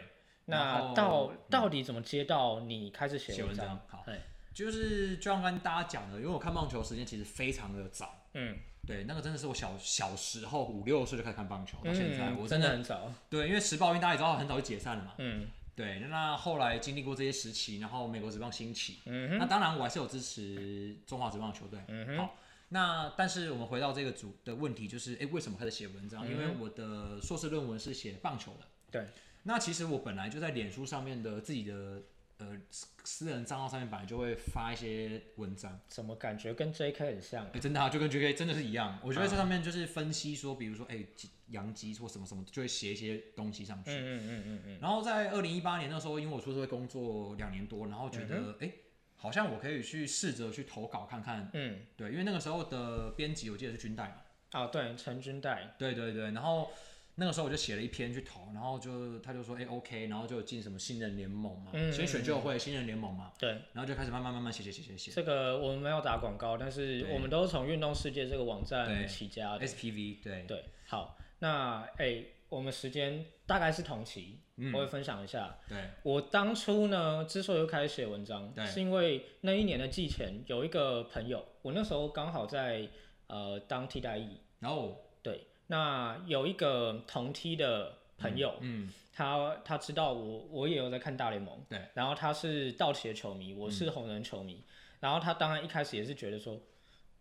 [SPEAKER 1] 然
[SPEAKER 2] 那
[SPEAKER 1] 后嗯
[SPEAKER 2] 到到底怎么接到你开始
[SPEAKER 1] 写
[SPEAKER 2] 写
[SPEAKER 1] 文
[SPEAKER 2] 章？
[SPEAKER 1] 章。好
[SPEAKER 2] 对，
[SPEAKER 1] 就是就像跟大家讲的，因为我看棒球时间其实非常的早，
[SPEAKER 2] 嗯，
[SPEAKER 1] 对，那个真的是我小小时候五六岁就开始看棒球，到
[SPEAKER 2] 嗯，
[SPEAKER 1] 现在、我真
[SPEAKER 2] 真的
[SPEAKER 1] 的
[SPEAKER 2] 很早，
[SPEAKER 1] 对，因为时报因为大家也知道很早就解散了嘛，
[SPEAKER 2] 嗯
[SPEAKER 1] 对，那后来经历过这些时期，然后美国职棒兴起，
[SPEAKER 2] 嗯
[SPEAKER 1] 那当然我还是有支持中华职棒的球队。
[SPEAKER 2] 嗯哼
[SPEAKER 1] 好，那但是我们回到这个组的问题，就是哎、诶为什么开始写文章？因为我的硕士论文是写棒球的。
[SPEAKER 2] 嗯对，
[SPEAKER 1] 那其实我本来就在脸书上面的自己的呃私私人账号上面，本来就会发一些文章。
[SPEAKER 2] 怎么感觉跟 J.K. 很像？
[SPEAKER 1] 哎，真的啊，就跟 JK 真的是一样。我觉得这上面就是分析说，比如说哎，鸡洋基或什么什么，就会写一些东西上去。
[SPEAKER 2] 嗯嗯嗯嗯嗯，
[SPEAKER 1] 然后在二零一八年那时候，因为我出社会工作两年多，然后觉
[SPEAKER 2] 嗯
[SPEAKER 1] 得哎、诶好像我可以去试着去投稿看看。
[SPEAKER 2] 嗯，
[SPEAKER 1] 对，因为那个时候的编辑我记得是军代嘛，
[SPEAKER 2] 哦，对，陈军代，
[SPEAKER 1] 对对对。然后那个时候我就写了一篇去投，然后就他就说哎、诶 OK，然后就进什么新人联盟嘛，
[SPEAKER 2] 嗯
[SPEAKER 1] 先选秀会、新人联盟嘛，
[SPEAKER 2] 对，
[SPEAKER 1] 然后就开始慢慢慢慢写写写写写。
[SPEAKER 2] 这个我们没有打广告，但是
[SPEAKER 1] 对
[SPEAKER 2] 我们都是从运动世界这个网
[SPEAKER 1] 对
[SPEAKER 2] 站起家的。
[SPEAKER 1] SPV 对，
[SPEAKER 2] 对，好，那哎、我们时间大概是同期，
[SPEAKER 1] 嗯
[SPEAKER 2] 我会分享一下。
[SPEAKER 1] 对，
[SPEAKER 2] 我当初呢，之所以会开始写文章
[SPEAKER 1] 对，
[SPEAKER 2] 是因为那一年的季前有一个朋友，我那时候刚好在呃当替代役，
[SPEAKER 1] 然后
[SPEAKER 2] 对，那有一个同梯的朋友，
[SPEAKER 1] 嗯
[SPEAKER 2] 他他知道我我也有在看大联盟，
[SPEAKER 1] 对，嗯
[SPEAKER 2] 然后他是道奇的球迷，我是红人球迷，然后他当然一开始也是觉得说，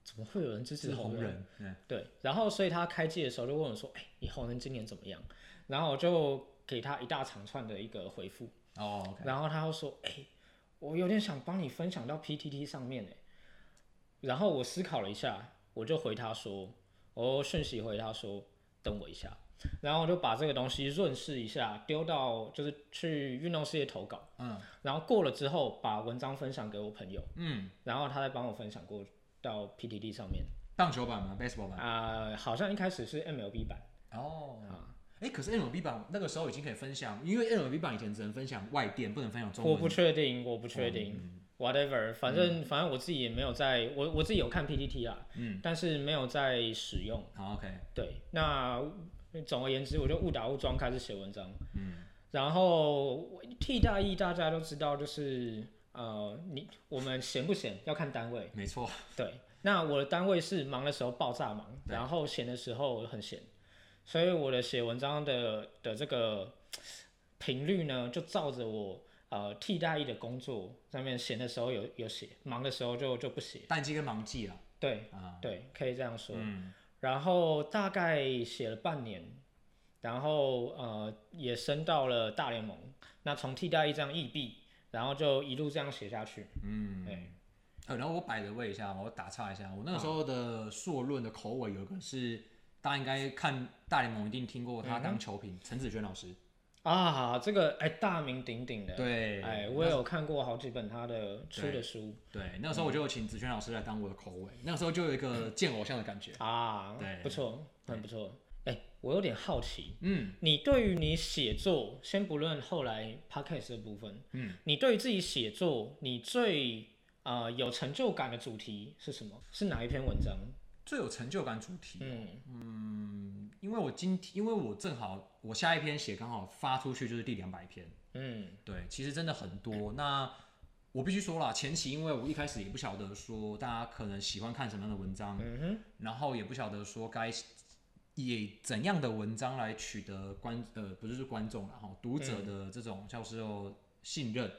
[SPEAKER 2] 怎么会有人支持
[SPEAKER 1] 是
[SPEAKER 2] 红
[SPEAKER 1] 红
[SPEAKER 2] 人？
[SPEAKER 1] 人，对
[SPEAKER 2] 对，然后所以他开季的时候就问我说，哎、你红人今年怎么样？然后我就给他一大长串的一个回复。
[SPEAKER 1] 哦 OK，
[SPEAKER 2] 然后他又说：“哎、我有点想帮你分享到 PTT 上面哎。”然后我思考了一下，我就回他说：“我讯息回他说，等我一下。”然后我就把这个东西润饰一下，丢到就是去运动事业投稿。
[SPEAKER 1] 嗯
[SPEAKER 2] 然后过了之后，把文章分享给我朋友，
[SPEAKER 1] 嗯，
[SPEAKER 2] 然后他再帮我分享过到 PTT 上面。
[SPEAKER 1] 棒球版嘛，baseball 版，
[SPEAKER 2] 啊、好像一开始是 MLB 版
[SPEAKER 1] 哦。
[SPEAKER 2] 啊，
[SPEAKER 1] 哎、可是 MLB 版那个时候已经可以分享，因为 MLB 版以前只能分享外电，不能分享啊中文。哦嗯
[SPEAKER 2] 我不确定，我不确定。Whatever，反正、反正我自己也没有在，我我自己有看 PPT 啦，
[SPEAKER 1] 嗯，
[SPEAKER 2] 但是没有在使用。
[SPEAKER 1] 好，OK，
[SPEAKER 2] 对，那总而言之，我就误打误撞开始写文章。
[SPEAKER 1] 嗯，
[SPEAKER 2] 然后替代役大家都知道，就是呃，你我们闲不闲要看单位。
[SPEAKER 1] 没错，
[SPEAKER 2] 对，那我的单位是忙的时候爆炸忙，
[SPEAKER 1] 对
[SPEAKER 2] 然后闲的时候很闲，所以我的写文章的的这个频率呢，就照着我呃替代役的工作上面闲的时候有有写，忙的时候就就不写。
[SPEAKER 1] 淡季跟忙季啦，
[SPEAKER 2] 对
[SPEAKER 1] 啊，
[SPEAKER 2] 对，可以这样说。
[SPEAKER 1] 嗯，
[SPEAKER 2] 然后大概写了半年，然后呃也升到了大联盟，那从替代役这样异地，然后就一路这样写下去。
[SPEAKER 1] 嗯，
[SPEAKER 2] 对
[SPEAKER 1] 呃，然后我摆的位一下，我打岔一下，我那个时候的硕论的口吻有一个是，大家应该看大联盟一定听过他当球评，陈、子轩老师，
[SPEAKER 2] 啊，这个哎大名鼎鼎的。
[SPEAKER 1] 对，
[SPEAKER 2] 哎，我也有看过好几本他的出的书
[SPEAKER 1] 对，那个时候我就有请子轩老师来当我的口尾，那个时候就有一个见偶像的感觉，
[SPEAKER 2] 啊
[SPEAKER 1] 对，
[SPEAKER 2] 不错，很不错。哎，我有点好奇，
[SPEAKER 1] 嗯，
[SPEAKER 2] 你对于你写作，先不论后来 podcast 的部分，
[SPEAKER 1] 嗯，
[SPEAKER 2] 你对于自己写作，你最呃有成就感的主题是什么？是哪一篇文章？
[SPEAKER 1] 最有成就感主题，
[SPEAKER 2] 嗯
[SPEAKER 1] 嗯，因为我今因为我正好我下一篇写刚好发出去就是第两百篇，
[SPEAKER 2] 嗯
[SPEAKER 1] 对，其实真的很多。那我必须说啦，前期因为我一开始也不晓得说大家可能喜欢看什么样的文章，
[SPEAKER 2] 嗯哼，
[SPEAKER 1] 然后也不晓得说该以怎样的文章来取得观呃不是是观众啦，哈读
[SPEAKER 2] 嗯
[SPEAKER 1] 者的这种像是哦信任。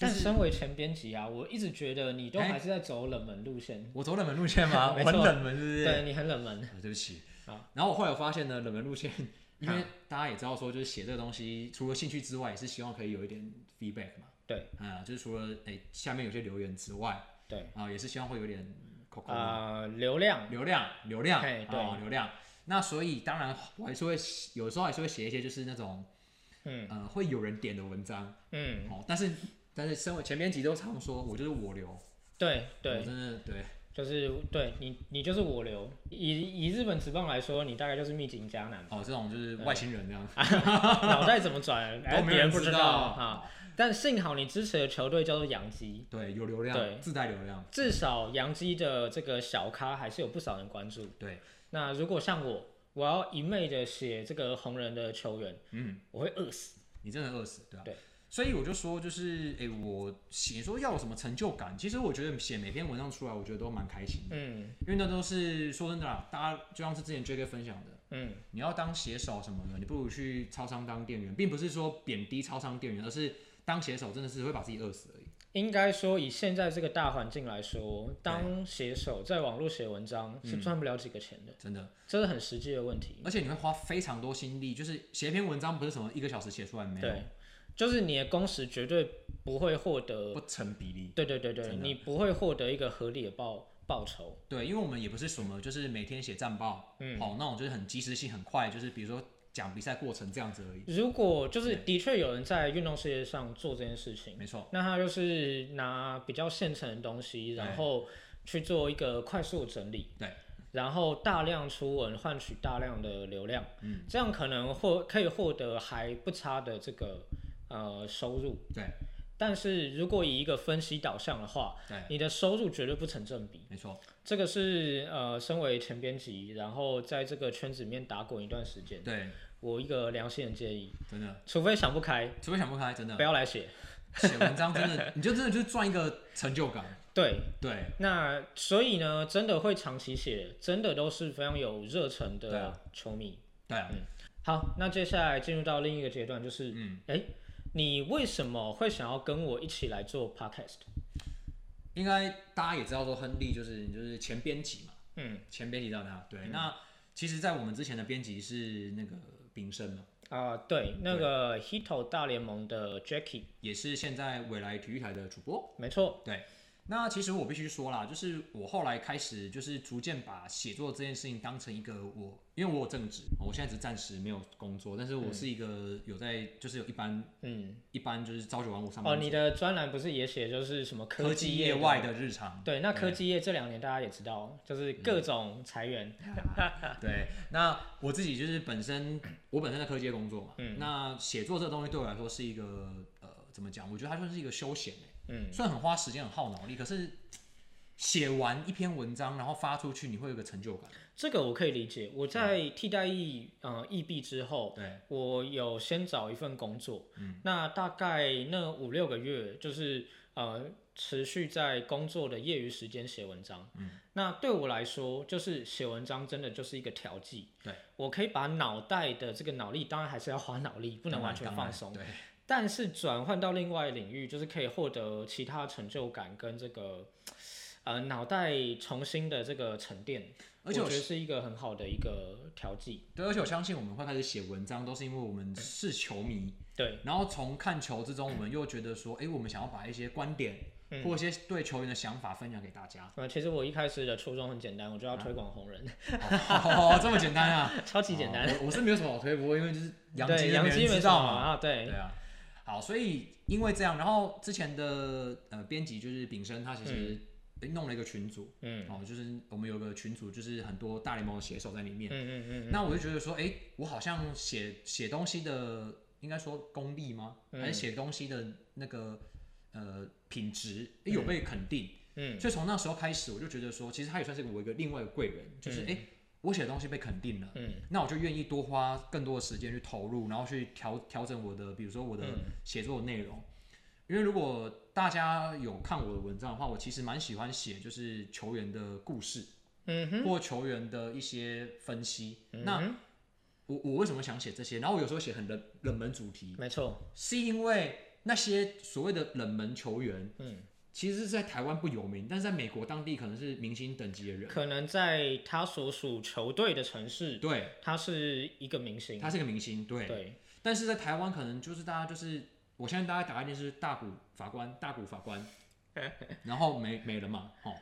[SPEAKER 2] 但身为前编辑啊，我一直觉得你
[SPEAKER 1] 哎
[SPEAKER 2] 都还是在走冷门路线，
[SPEAKER 1] 我走冷门路线吗？我
[SPEAKER 2] [laughs] 没
[SPEAKER 1] 很
[SPEAKER 2] 错
[SPEAKER 1] 冷门是不是？
[SPEAKER 2] 对你很冷门，
[SPEAKER 1] 呃对不起
[SPEAKER 2] 好。
[SPEAKER 1] 然后我后来发现呢，冷门路线，因
[SPEAKER 2] 啊
[SPEAKER 1] 为大家也知道说，就是写这个东西，除了兴趣之外，也是希望可以有一点 feedback 嘛。
[SPEAKER 2] 对，
[SPEAKER 1] 啊、就是除了哎下面有些留言之外，
[SPEAKER 2] 对
[SPEAKER 1] 啊、也是希望会有点口口、
[SPEAKER 2] 啊、流量，
[SPEAKER 1] 流量，流量，
[SPEAKER 2] 嘿对
[SPEAKER 1] 啊流量。那所以当然我还是会写有时候还是会写一些就是那种
[SPEAKER 2] 嗯
[SPEAKER 1] 呃会有人点的文章
[SPEAKER 2] 嗯，
[SPEAKER 1] 哦，但是但是身为前编辑都常说我就是我流，
[SPEAKER 2] 对对
[SPEAKER 1] 我，真的对，
[SPEAKER 2] 就是对你，你就是我流。以以日本职棒来说，你大概就是秘境迦南
[SPEAKER 1] [laughs] 哦这种就是外星人这样、
[SPEAKER 2] 脑袋怎么转，哎
[SPEAKER 1] 都没
[SPEAKER 2] 别
[SPEAKER 1] 有人
[SPEAKER 2] 人不
[SPEAKER 1] 知
[SPEAKER 2] 知
[SPEAKER 1] 道
[SPEAKER 2] 啊。但幸好你支持的球队叫做洋基，
[SPEAKER 1] 对有流
[SPEAKER 2] 对
[SPEAKER 1] 量，自带流量，
[SPEAKER 2] 至少洋基的这个小咖还是有不少人关注。
[SPEAKER 1] 对，
[SPEAKER 2] 那如果像我，我要一昧的写这个红人的球员，
[SPEAKER 1] 嗯，
[SPEAKER 2] 我会饿死。
[SPEAKER 1] 你你真的饿死，对吧、
[SPEAKER 2] 对
[SPEAKER 1] 所以我就说，就是诶、我写说要有什么成就感，其实我觉得写每篇文章出来，我觉得都蛮开心的，
[SPEAKER 2] 嗯
[SPEAKER 1] 因为那都是说真的啦，大家就像是之前 JK 分享的，
[SPEAKER 2] 嗯，
[SPEAKER 1] 你要当写手什么的，你不如去超商当店员，并不是说贬低超商店员，而是当写手真的是会把自己饿死而已。
[SPEAKER 2] 应该说以现在这个大环境来说，当写手在网络写文章
[SPEAKER 1] 嗯
[SPEAKER 2] 是赚不了几个钱的，
[SPEAKER 1] 真的，
[SPEAKER 2] 这是很实际的问题。
[SPEAKER 1] 而且你会花非常多心力，就是写一篇文章不是什么一个小时写出来没有，
[SPEAKER 2] 对，就是你的工时绝对不会获得，
[SPEAKER 1] 不成比例。
[SPEAKER 2] 对对对对，
[SPEAKER 1] 真的
[SPEAKER 2] 你不会获得一个合理的报报酬。
[SPEAKER 1] 对，因为我们也不是什么就是每天写战报，
[SPEAKER 2] 嗯
[SPEAKER 1] 哦，那种就是很及时性很快，就是比如说讲比赛过程这样子而已。
[SPEAKER 2] 如果就是的确有人在运动事业上做这件事情，
[SPEAKER 1] 没错，
[SPEAKER 2] 那他就是拿比较现成的东西，
[SPEAKER 1] 对
[SPEAKER 2] 然后去做一个快速的整理，
[SPEAKER 1] 对，
[SPEAKER 2] 然后大量出文换取大量的流量，
[SPEAKER 1] 嗯，
[SPEAKER 2] 这样可能获可以获得还不差的这个呃收入，
[SPEAKER 1] 对
[SPEAKER 2] 但是如果以一个分析导向的话，
[SPEAKER 1] 对，
[SPEAKER 2] 你的收入绝对不成正比，
[SPEAKER 1] 没错，
[SPEAKER 2] 这个是呃身为前编辑，然后在这个圈子里面打滚一段时间，
[SPEAKER 1] 对，
[SPEAKER 2] 我一个良心的建议，
[SPEAKER 1] 真的，
[SPEAKER 2] 除非想不开，
[SPEAKER 1] 除非想不开，嗯真的
[SPEAKER 2] 不要来写，
[SPEAKER 1] 写文章真的，你就真的就是赚一个成就感。
[SPEAKER 2] 对。
[SPEAKER 1] 对，
[SPEAKER 2] 那所以呢，真的会长期写，真的都是非常有热忱
[SPEAKER 1] 对
[SPEAKER 2] 的
[SPEAKER 1] 啊
[SPEAKER 2] 球迷。
[SPEAKER 1] 对
[SPEAKER 2] 嗯
[SPEAKER 1] 啊，
[SPEAKER 2] 好，那接下来进入到另一个阶段，就是，
[SPEAKER 1] 嗯，
[SPEAKER 2] 哎、你为什么会想要跟我一起来做 podcast？
[SPEAKER 1] 应该大家也知道说亨利就是你就是前编辑嘛，
[SPEAKER 2] 嗯，
[SPEAKER 1] 前编辑到他。对，那其实，在我们之前的编辑是那个炳生嘛，
[SPEAKER 2] 啊、对，那个 Hito 大联盟的 Jackie，
[SPEAKER 1] 也是现在未来体育台的主播。
[SPEAKER 2] 没错，
[SPEAKER 1] 那其实我必须说啦，就是我后来开始就是逐渐把写作这件事情当成一个我，因为我有正职，我现在只是暂时没有工作，但是我是一个有在就是有一般
[SPEAKER 2] 嗯，
[SPEAKER 1] 一般就是朝九晚五上
[SPEAKER 2] 哦，
[SPEAKER 1] 班族，
[SPEAKER 2] 你的专栏不是也写就是什么
[SPEAKER 1] 科技
[SPEAKER 2] 技
[SPEAKER 1] 业
[SPEAKER 2] 的
[SPEAKER 1] 外？的日常。
[SPEAKER 2] 对，那科技业这两年大家也知道，就是各种裁员，
[SPEAKER 1] 对，那我自己就是本身我本身在科技业工作嘛，
[SPEAKER 2] 嗯
[SPEAKER 1] 那写作这个东西对我来说是一个呃怎么讲？我觉得它算是一个休闲、欸、
[SPEAKER 2] 嗯，
[SPEAKER 1] 虽然很花时间很耗脑力，可是写完一篇文章然后发出去，你会有一个成就感。
[SPEAKER 2] 这个我可以理解。我在替代役呃役毕之后，
[SPEAKER 1] 对，
[SPEAKER 2] 我有先找一份工作，
[SPEAKER 1] 嗯
[SPEAKER 2] 那大概那五六个月，就是呃持续在工作的业余时间写文章。
[SPEAKER 1] 嗯，
[SPEAKER 2] 那对我来说，就是写文章真的就是一个调剂。
[SPEAKER 1] 对，
[SPEAKER 2] 我可以把脑袋的这个脑力，当然还是要花脑力，不能
[SPEAKER 1] 当然
[SPEAKER 2] 完全
[SPEAKER 1] 当
[SPEAKER 2] 放
[SPEAKER 1] 然
[SPEAKER 2] 松。
[SPEAKER 1] 对。
[SPEAKER 2] 但是转换到另外领域，就是可以获得其他成就感跟这个呃脑袋重新的这个沉淀，
[SPEAKER 1] 而且
[SPEAKER 2] 我
[SPEAKER 1] 我
[SPEAKER 2] 觉得是一个很好的一个调剂。
[SPEAKER 1] 对，而且我相信我们会开始写文章，都是因为我们是球迷，
[SPEAKER 2] 对，
[SPEAKER 1] 然后从看球之中，我们又觉得说，哎、我们想要把一些观点
[SPEAKER 2] 嗯。
[SPEAKER 1] 或一些对球员的想法分享给大家
[SPEAKER 2] 呃，其实我一开始的初衷很简单，
[SPEAKER 1] 啊
[SPEAKER 2] 我就要推广红人， [laughs]
[SPEAKER 1] 哦，这么简单啊？
[SPEAKER 2] 超级简单。
[SPEAKER 1] 哦我我是没有什么好推播，因为就是哦杨基
[SPEAKER 2] 对，杨基
[SPEAKER 1] 基
[SPEAKER 2] 没
[SPEAKER 1] 知道
[SPEAKER 2] 错
[SPEAKER 1] 嘛。
[SPEAKER 2] 啊，对
[SPEAKER 1] 对，啊。好，所以因为这样，然后之前的呃编辑就是炳生，他其实、诶弄了一个群组，
[SPEAKER 2] 嗯
[SPEAKER 1] 哦，就是我们有个群组，就是很多大联盟的写手在里面
[SPEAKER 2] 嗯。嗯嗯
[SPEAKER 1] 那我就觉得说，哎、我好像写写东西的，应该说功力吗？
[SPEAKER 2] 嗯
[SPEAKER 1] 还是写东西的那个呃品质、诶有被肯定？
[SPEAKER 2] 嗯
[SPEAKER 1] 所以从那时候开始，我就觉得说，其实他也算是我一个另外一个贵人，就是哎、诶我写的东西被肯定了，
[SPEAKER 2] 嗯
[SPEAKER 1] 那我就愿意多花更多的时间去投入，然后去调调整我的，比如说我的
[SPEAKER 2] 嗯
[SPEAKER 1] 写作内容。因为如果大家有看我的文章的话，我其实蛮喜欢写就是球员的故事
[SPEAKER 2] 嗯哼，
[SPEAKER 1] 或球员的一些分析。
[SPEAKER 2] 嗯
[SPEAKER 1] 那
[SPEAKER 2] 哼
[SPEAKER 1] 我我为什么想写这些？然后我有时候写很冷冷门主题，
[SPEAKER 2] 没错，
[SPEAKER 1] 是因为那些所谓的冷门球员，
[SPEAKER 2] 嗯，
[SPEAKER 1] 其实是在台湾不有名，但是在美国当地可能是明星等级的人。
[SPEAKER 2] 可能在他所属球队的城市，
[SPEAKER 1] 对，
[SPEAKER 2] 他是一个明星
[SPEAKER 1] 他，是个明星，对。
[SPEAKER 2] 对，
[SPEAKER 1] 但是在台湾可能就是大家就是，我相信大家打开电视，大谷法官，大谷法
[SPEAKER 2] [laughs]
[SPEAKER 1] 官，然后没没了嘛，哦。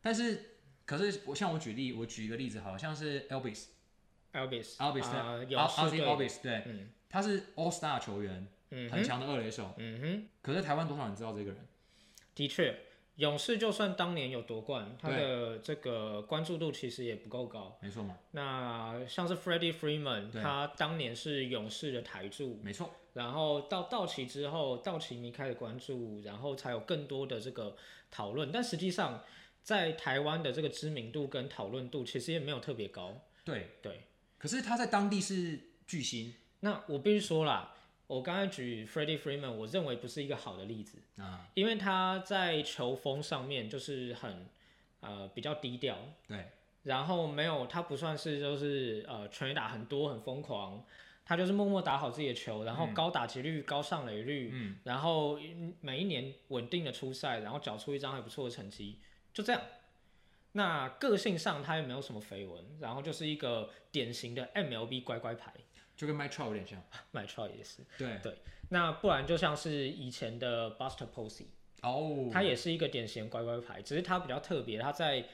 [SPEAKER 1] 但是可是我像我举例，我举一个例子好了，像是 Elvis
[SPEAKER 2] ，Elvis，
[SPEAKER 1] Elvis
[SPEAKER 2] 啊
[SPEAKER 1] 对
[SPEAKER 2] 有
[SPEAKER 1] Al-
[SPEAKER 2] 是
[SPEAKER 1] Ozzy
[SPEAKER 2] 对，
[SPEAKER 1] Elvis 对，
[SPEAKER 2] 嗯
[SPEAKER 1] 他是 All Star 球员，
[SPEAKER 2] 嗯
[SPEAKER 1] 很
[SPEAKER 2] 哼，
[SPEAKER 1] 强的二垒手。
[SPEAKER 2] 嗯哼，
[SPEAKER 1] 可是台湾多少人知道这个人？
[SPEAKER 2] 的确。勇士就算当年有夺冠，他的这个关注度其实也不够高。
[SPEAKER 1] 没错嘛，
[SPEAKER 2] 那像是 Freddie Freeman，
[SPEAKER 1] 对
[SPEAKER 2] 他当年是勇士的台柱，
[SPEAKER 1] 没错，
[SPEAKER 2] 然后到道奇之后，道奇迷开始关注，然后才有更多的这个讨论。但实际上，在台湾的这个知名度跟讨论度其实也没有特别高。
[SPEAKER 1] 对
[SPEAKER 2] 对。
[SPEAKER 1] 可是他在当地是巨星，
[SPEAKER 2] 那我必须说啦，我刚才举 Freddie Freeman，我认为不是一个好的例子，
[SPEAKER 1] 啊，
[SPEAKER 2] 因为他在球风上面就是很呃比较低调，
[SPEAKER 1] 对，
[SPEAKER 2] 然后没有他不算是就是呃全垒打很多很疯狂，他就是默默打好自己的球，然后高打击率、高上垒率，
[SPEAKER 1] 嗯，
[SPEAKER 2] 然后嗯每一年稳定的出赛，然后缴出一张还不错的成绩，就这样。那个性上他也没有什么绯闻，然后就是一个典型的 MLB 乖乖牌
[SPEAKER 1] 就跟 My Trout 有点像，
[SPEAKER 2] ，My t r o 也是。
[SPEAKER 1] 对，
[SPEAKER 2] 那不然就像是以前的 Buster Posey，
[SPEAKER 1] 哦，
[SPEAKER 2] 他也是一个典型的乖乖牌，只是他比较特别，他在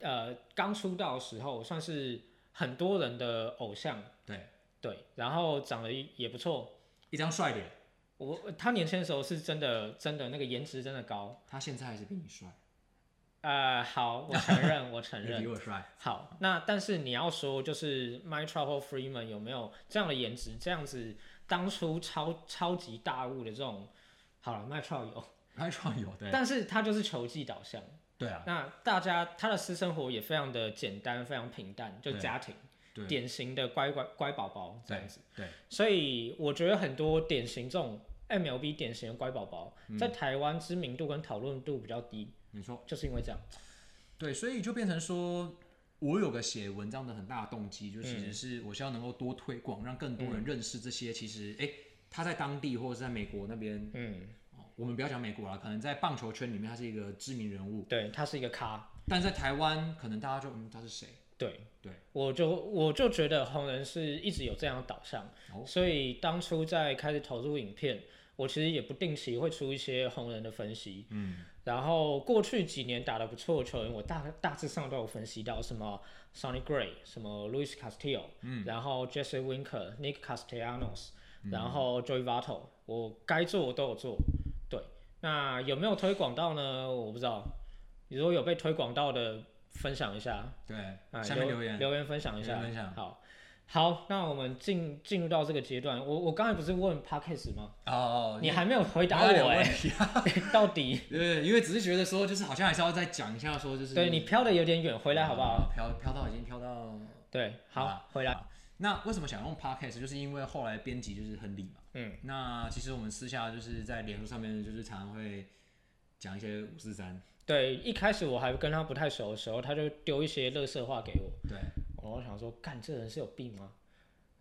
[SPEAKER 2] 呃刚出道的时候算是很多人的偶像，
[SPEAKER 1] 对，
[SPEAKER 2] 对，然后长得也不错。
[SPEAKER 1] 一张帅脸，
[SPEAKER 2] 我他年轻的时候是真的真的那个颜值真的高，
[SPEAKER 1] 他现在还是比你帅，
[SPEAKER 2] 呃，好，我承认，我承
[SPEAKER 1] 你比 [laughs]
[SPEAKER 2] 认。
[SPEAKER 1] 我帅，
[SPEAKER 2] 好，那但是你要说，就是 My Trouble Freeman 有没有这样的颜值，这样子当初超超级大物的这种，好了，My Trouble 有，
[SPEAKER 1] My Trout 有，对，
[SPEAKER 2] 但是他就是球技导向。
[SPEAKER 1] 对啊，
[SPEAKER 2] 那大家他的私生活也非常的简单，非常平淡，就
[SPEAKER 1] 对
[SPEAKER 2] 家庭，
[SPEAKER 1] 对
[SPEAKER 2] 典型的乖乖乖宝宝这样
[SPEAKER 1] 对
[SPEAKER 2] 子。，
[SPEAKER 1] 对，
[SPEAKER 2] 所以我觉得很多典型这种 MLB 典型的乖宝宝，
[SPEAKER 1] 嗯
[SPEAKER 2] 在台湾知名度跟讨论度比较低，
[SPEAKER 1] 你说。
[SPEAKER 2] 就是因为这样。
[SPEAKER 1] 对，所以就变成说，我有个写文章的很大的动机，就其实是我希望能够多推广，让更多人认识这些。其实，哎、他在当地或者是在美国那边，
[SPEAKER 2] 嗯，
[SPEAKER 1] 哦我们不要讲美国啦，可能在棒球圈里面他是一个知名人物，
[SPEAKER 2] 嗯对，他是一个咖。
[SPEAKER 1] 但在台湾可能大家就嗯他是谁？
[SPEAKER 2] 对
[SPEAKER 1] 对，
[SPEAKER 2] 我就我就觉得红人是一直有这样的导向，
[SPEAKER 1] 哦
[SPEAKER 2] 所以当初在开始投入影片，我其实也不定期会出一些红人的分析。
[SPEAKER 1] 嗯，
[SPEAKER 2] 然后过去几年打得不错的球员，我大大致上都有分析到，什么 Sonny Gray，什么 Luis Castillo，嗯，然后 Jesse Winker、Nick Castellanos，、然
[SPEAKER 1] 嗯
[SPEAKER 2] 后 Joey Votto，我该做我都有做。对，那有没有推广到呢？我不知道。如果有被推广到的，分享一下。
[SPEAKER 1] 对，
[SPEAKER 2] 啊，
[SPEAKER 1] 下面
[SPEAKER 2] 留
[SPEAKER 1] 留言，
[SPEAKER 2] 留言分享一
[SPEAKER 1] 留
[SPEAKER 2] 下，
[SPEAKER 1] 言分享
[SPEAKER 2] 好，好，那我们进进入到这个阶段，我我刚才不是问 podcast 吗？
[SPEAKER 1] 哦哦，
[SPEAKER 2] 你
[SPEAKER 1] 因为
[SPEAKER 2] 还没有回答
[SPEAKER 1] 我
[SPEAKER 2] 我
[SPEAKER 1] 还有
[SPEAKER 2] 哎、
[SPEAKER 1] 问题啊
[SPEAKER 2] [laughs] 到底
[SPEAKER 1] 对，因为只是觉得说，就是好像还是要再讲一下，说就是
[SPEAKER 2] 对你飘的有点远，回来好不好？
[SPEAKER 1] 啊？飘飘到已经飘到
[SPEAKER 2] 对，好，
[SPEAKER 1] 啊
[SPEAKER 2] 回来，
[SPEAKER 1] 那为什么想用 podcast？就是因为后来编辑就是亨利嘛，
[SPEAKER 2] 嗯，
[SPEAKER 1] 那其实我们私下就是在脸书上面，就是常常会讲一些五四三，
[SPEAKER 2] 对，一开始我还跟他不太熟的时候，他就丢一些乐色话给我，
[SPEAKER 1] 对，
[SPEAKER 2] 我想说，干这人是有病吗？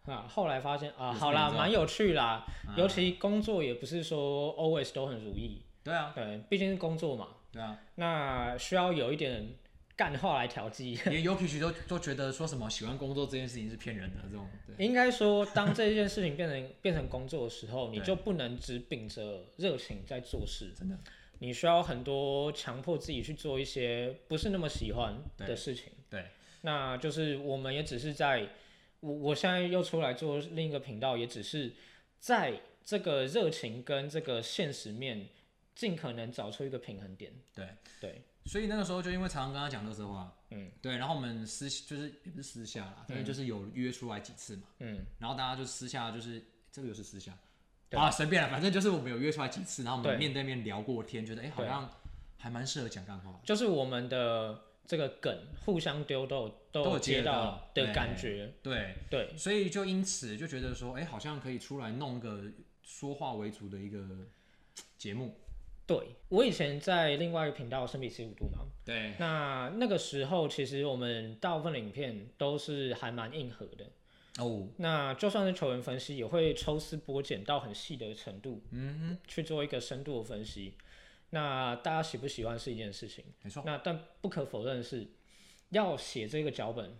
[SPEAKER 2] 啊，后来发现啊，
[SPEAKER 1] 有
[SPEAKER 2] 好啦，
[SPEAKER 1] 病是吧
[SPEAKER 2] 蛮有趣啦，
[SPEAKER 1] 啊
[SPEAKER 2] 尤其工作也不是说 always 都很如意，
[SPEAKER 1] 对啊，
[SPEAKER 2] 对，毕竟是工作嘛，
[SPEAKER 1] 对啊，
[SPEAKER 2] 那需要有一点干话来调剂。
[SPEAKER 1] 连 y o k i 都都觉得说什么喜欢工作这件事情是骗人的这种，对，
[SPEAKER 2] 应该说，当这件事情变成变成工作的时候，你
[SPEAKER 1] 对
[SPEAKER 2] 就不能只秉着热情在做事，
[SPEAKER 1] 真的，
[SPEAKER 2] 你需要很多强迫自己去做一些不是那么喜欢的
[SPEAKER 1] 对
[SPEAKER 2] 事情。
[SPEAKER 1] 对，
[SPEAKER 2] 那就是我们也只是在，我我现在又出来做另一个频道，也只是在这个热情跟这个现实面，尽可能找出一个平衡点。
[SPEAKER 1] 对
[SPEAKER 2] 对，
[SPEAKER 1] 所以那个时候就因为常常跟他讲乐色话，
[SPEAKER 2] 嗯，
[SPEAKER 1] 对，然后我们私就是也不是私下啦，但是就是有约出来几次嘛，
[SPEAKER 2] 嗯，
[SPEAKER 1] 然后大家就私下就是这个又是私下，
[SPEAKER 2] 对
[SPEAKER 1] 啊，随便了，反正就是我们有约出来几次，然后我
[SPEAKER 2] 对
[SPEAKER 1] 们面对面聊过天，觉得哎、好
[SPEAKER 2] 对
[SPEAKER 1] 像还蛮适合讲干话，
[SPEAKER 2] 就是我们的这个梗互相丢都有
[SPEAKER 1] 都
[SPEAKER 2] 都有
[SPEAKER 1] 有
[SPEAKER 2] 接
[SPEAKER 1] 接
[SPEAKER 2] 到
[SPEAKER 1] 到
[SPEAKER 2] 的
[SPEAKER 1] 对
[SPEAKER 2] 感觉。
[SPEAKER 1] 对。
[SPEAKER 2] 对，
[SPEAKER 1] 所以就因此就觉得说，哎、好像可以出来弄个说话为主的一个节目。
[SPEAKER 2] 对，我以前在另外一个频道《生比十五度》嘛，
[SPEAKER 1] 对，
[SPEAKER 2] 那那个时候其实我们大部分的影片都是还蛮硬核的，
[SPEAKER 1] 哦，
[SPEAKER 2] 那就算是球员分析，也会抽丝剥茧到很细的程度
[SPEAKER 1] 嗯
[SPEAKER 2] 去做一个深度的分析。那大家喜不喜欢是一件事情
[SPEAKER 1] 哼，，没错，
[SPEAKER 2] 那但不可否认的是，要写这个脚本、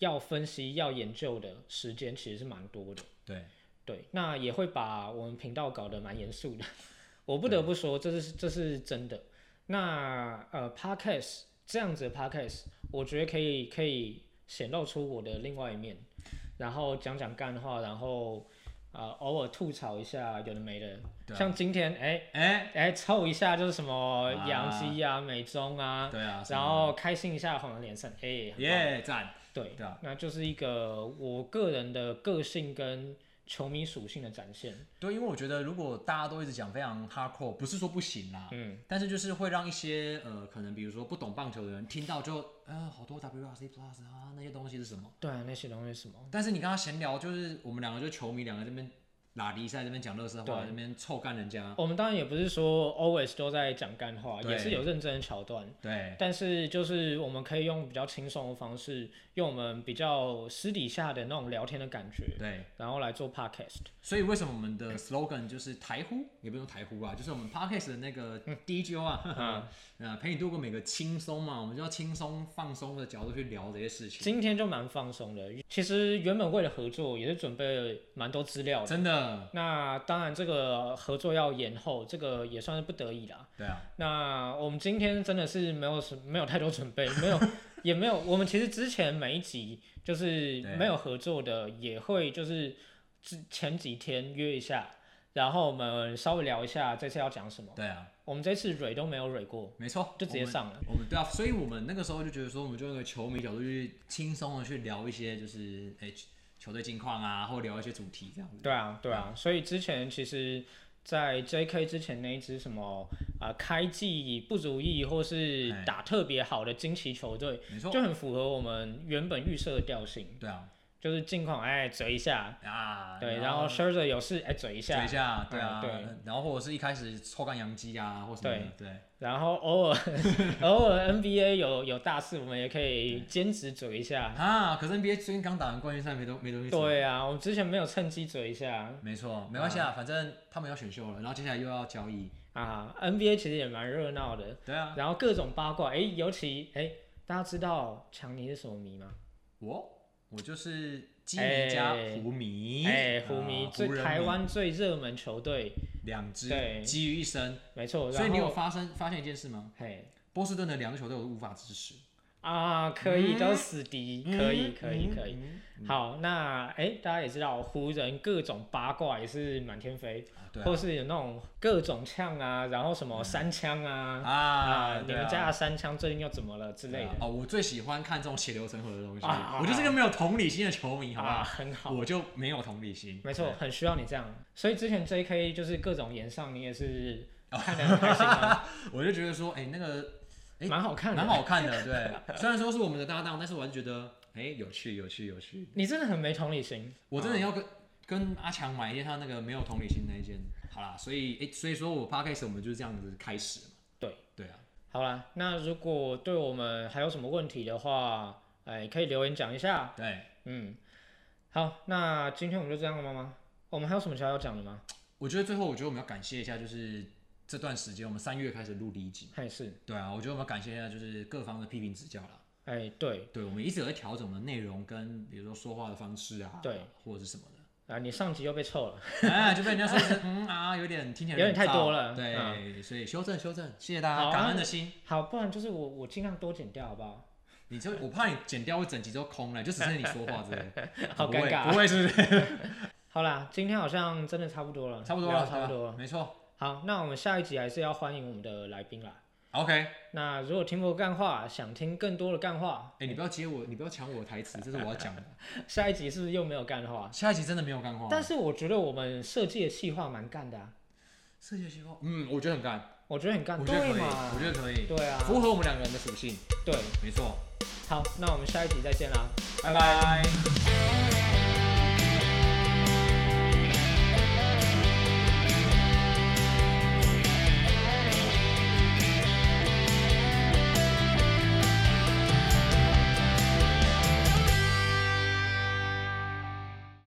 [SPEAKER 2] 要分析、要研究的时间其实是蛮多的。
[SPEAKER 1] 对，
[SPEAKER 2] 对，那也会把我们频道搞得蛮严肃的。 [laughs] 我不得不说，这是这是真的。那呃，podcast 这样子的 podcast，我觉得可以可以显露出我的另外一面，然后讲讲干话，然后呃偶尔吐槽一下有的没的。
[SPEAKER 1] 对啊
[SPEAKER 2] 像今天哎
[SPEAKER 1] 哎、
[SPEAKER 2] 哎凑一下就是什么
[SPEAKER 1] 啊
[SPEAKER 2] 杨基啊、美中啊，
[SPEAKER 1] 对啊，
[SPEAKER 2] 然后开心一下红人连胜，哎，很棒
[SPEAKER 1] 耶，赞，
[SPEAKER 2] 对
[SPEAKER 1] 对啊，
[SPEAKER 2] 那就是一个我个人的个性跟球迷属性的展现。
[SPEAKER 1] 对，因为我觉得如果大家都一直讲非常 hardcore，不是说不行啦。
[SPEAKER 2] 嗯，
[SPEAKER 1] 但是就是会让一些呃，可能比如说不懂棒球的人听到就呃，好多 WRC Plus 啊那些东西是什么？
[SPEAKER 2] 对啊，那些东西是什么？
[SPEAKER 1] 但是你跟他闲聊，就是我们两个就球迷两个这边拉迪赛这边讲乐色话，
[SPEAKER 2] 对
[SPEAKER 1] 这边臭干人家，
[SPEAKER 2] 我们当然也不是说 always 都在讲干话，
[SPEAKER 1] 对
[SPEAKER 2] 也是有认真的桥段。
[SPEAKER 1] 对
[SPEAKER 2] 但是就是我们可以用比较轻松的方式，用我们比较私底下的那种聊天的感觉，
[SPEAKER 1] 对。
[SPEAKER 2] 然后来做 podcast。
[SPEAKER 1] 所以为什么我们的 slogan 就是台呼，也不用台呼啊，就是我们 podcast 的那个
[SPEAKER 2] 嗯
[SPEAKER 1] DJ 啊，呵呵 [laughs] 呃，陪你度过每个轻松嘛，我们就要轻松放松的角度去聊这些事情。
[SPEAKER 2] 今天就蛮放松的，其实原本为了合作也是准备了蛮多资料的。
[SPEAKER 1] 真的，
[SPEAKER 2] 那当然，这个合作要延后，这个也算是不得已啦。
[SPEAKER 1] 对啊，
[SPEAKER 2] 那我们今天真的是没有什没有太多准备，没有也没有，我们其实之前每一集就是
[SPEAKER 1] 对
[SPEAKER 2] 没有合作的，也会就是之前几天约一下，然后我们稍微聊一下这次要讲什么。
[SPEAKER 1] 对啊，
[SPEAKER 2] 我们这次蕊都没有蕊过，
[SPEAKER 1] 没错，
[SPEAKER 2] 就直接上了。
[SPEAKER 1] 我们。我们对啊，所以我们那个时候就觉得说，我们就用一个球迷角度去轻松的去聊一些，就是哎、球队近况啊，或聊一些主题这样子。
[SPEAKER 2] 对啊，对啊，所以之前其实，在 J.K. 之前那一支什么啊、呃开季不如意或是
[SPEAKER 1] 哎
[SPEAKER 2] 打特别好的惊奇球队，
[SPEAKER 1] 没错，
[SPEAKER 2] 就很符合我们原本预设的调性，
[SPEAKER 1] 对啊，
[SPEAKER 2] 就是近况哎折一下，
[SPEAKER 1] 啊，
[SPEAKER 2] 对，然后 s h i r t 有事哎嘴一
[SPEAKER 1] 嘴
[SPEAKER 2] 下，
[SPEAKER 1] 一下，对啊，
[SPEAKER 2] 嗯对
[SPEAKER 1] 然后或者是一开始臭干洋基啊，或什么的，对，
[SPEAKER 2] 然后偶
[SPEAKER 1] [laughs]
[SPEAKER 2] 尔偶尔 NBA 有有大事，我们也可以兼职嘴一下。
[SPEAKER 1] 啊，可是 NBA 最近刚打完冠军赛，没东没东西。，
[SPEAKER 2] 对嗯啊，我们之前没有趁机嘴一下
[SPEAKER 1] 没错，没关系啊，反正他们要选秀了，然后接下来又要交易。
[SPEAKER 2] 啊。NBA 其实也蛮热闹的，
[SPEAKER 1] 对啊，
[SPEAKER 2] 然后各种八卦，哎，尤其哎，大家知道强尼是什么迷吗？
[SPEAKER 1] 我我就是基迷加湖迷，
[SPEAKER 2] 哎，湖
[SPEAKER 1] 啊
[SPEAKER 2] 迷，
[SPEAKER 1] 湖
[SPEAKER 2] 最
[SPEAKER 1] 人
[SPEAKER 2] 台
[SPEAKER 1] 迷
[SPEAKER 2] 湾最热门球队，
[SPEAKER 1] 两支
[SPEAKER 2] 对
[SPEAKER 1] 集于一身，
[SPEAKER 2] 没错。
[SPEAKER 1] 所以
[SPEAKER 2] 然
[SPEAKER 1] 你有
[SPEAKER 2] 后，
[SPEAKER 1] 发生发现一件事吗？
[SPEAKER 2] 嘿
[SPEAKER 1] 波士顿的两个球队我都无法支持，
[SPEAKER 2] 啊，可
[SPEAKER 1] 嗯
[SPEAKER 2] 以，都是死敌，可以，可以，可以。
[SPEAKER 1] 以，
[SPEAKER 2] 好，那哎、诶大家也知道，湖人各种八卦也是满天飞，
[SPEAKER 1] 啊对
[SPEAKER 2] 或是有那种各种呛啊，然后什么三枪啊
[SPEAKER 1] 啊，啊，
[SPEAKER 2] 你
[SPEAKER 1] 对
[SPEAKER 2] 们
[SPEAKER 1] 啊
[SPEAKER 2] 家的三枪最近又怎么了之类
[SPEAKER 1] 对啊
[SPEAKER 2] 的
[SPEAKER 1] 哦，我最喜欢看这种血流成河的东西，
[SPEAKER 2] 啊
[SPEAKER 1] 我就是个没有同理心的球迷，好嗯不好？
[SPEAKER 2] 啊，很好，
[SPEAKER 1] 我就没有同理心，
[SPEAKER 2] 没错，很需要你这样。所以之前 J.K. 就是各种演上，你也是看得很开心啊，
[SPEAKER 1] 对，哦 [laughs] 我就觉得说，哎，那个哎
[SPEAKER 2] 蛮好看的，
[SPEAKER 1] 蛮。好看的，对。虽然说是我们的搭档，但是我还是觉得，哎、有趣，有趣，有趣。
[SPEAKER 2] 你真的很没同理心，
[SPEAKER 1] 我真的要跟、跟阿强买一件他那个没有同理心那一件。好啦，所以哎、所以说我 podcast 我们就是这样子开始嘛。
[SPEAKER 2] 对，
[SPEAKER 1] 对啊，
[SPEAKER 2] 好啦，那如果对我们还有什么问题的话，哎、可以留言讲一下。
[SPEAKER 1] 对。
[SPEAKER 2] 嗯，好，那今天我们就这样了吗？我们还有什么其他要讲的吗？
[SPEAKER 1] 我觉得最后，我觉得我们要感谢一下，就是这段时间我们三月开始录第一集。
[SPEAKER 2] 还是，
[SPEAKER 1] 对啊，我觉得我们要感谢一下，就是各方的批评指教啦。
[SPEAKER 2] 哎，对，
[SPEAKER 1] 对，我们一直有在调整我们的内容跟比如说说话的方式啊，
[SPEAKER 2] 对，
[SPEAKER 1] 或者是什么的。
[SPEAKER 2] 啊，你上集又被臭了，
[SPEAKER 1] 哎，就被人家说是嗯啊，有点听起来
[SPEAKER 2] 有点太
[SPEAKER 1] 燥
[SPEAKER 2] 多了嗯
[SPEAKER 1] 对，所以修正修正，谢谢大家，
[SPEAKER 2] 好啊
[SPEAKER 1] 感恩的心。
[SPEAKER 2] 好，不然就是我我尽量多剪掉，好不好？，
[SPEAKER 1] 你就我怕你剪掉会整集都空了，就只剩你说话之类的
[SPEAKER 2] [laughs] 好
[SPEAKER 1] 不会
[SPEAKER 2] 尴尬
[SPEAKER 1] 不会是不
[SPEAKER 2] [laughs]
[SPEAKER 1] 是？
[SPEAKER 2] 好啦，今天好像真的差不多了，
[SPEAKER 1] 差不多
[SPEAKER 2] 聊
[SPEAKER 1] 了，
[SPEAKER 2] 得差不多
[SPEAKER 1] 对吧
[SPEAKER 2] 了。
[SPEAKER 1] 没错。
[SPEAKER 2] 好，那我们下一集还是要欢迎我们的来宾啦。
[SPEAKER 1] OK，哎、
[SPEAKER 2] 那如果听过干话，想听更多的干话，
[SPEAKER 1] 你不要接我，你不要抢我的台词，这是我要讲的。
[SPEAKER 2] 下一集是不是又没有干话？
[SPEAKER 1] 下一集真的没有干话吗，
[SPEAKER 2] 但是我觉得我们设计的企划蛮干的啊，
[SPEAKER 1] 设计希望，嗯，我觉得很干，
[SPEAKER 2] 我觉得很干，
[SPEAKER 1] 我觉得
[SPEAKER 2] 对
[SPEAKER 1] 可以，
[SPEAKER 2] 嘛
[SPEAKER 1] 我？觉得可以，
[SPEAKER 2] 对啊，
[SPEAKER 1] 符合我们两个人的属性，
[SPEAKER 2] 对，
[SPEAKER 1] 没错。
[SPEAKER 2] 好，那我们下一集再见啦。
[SPEAKER 1] 拜拜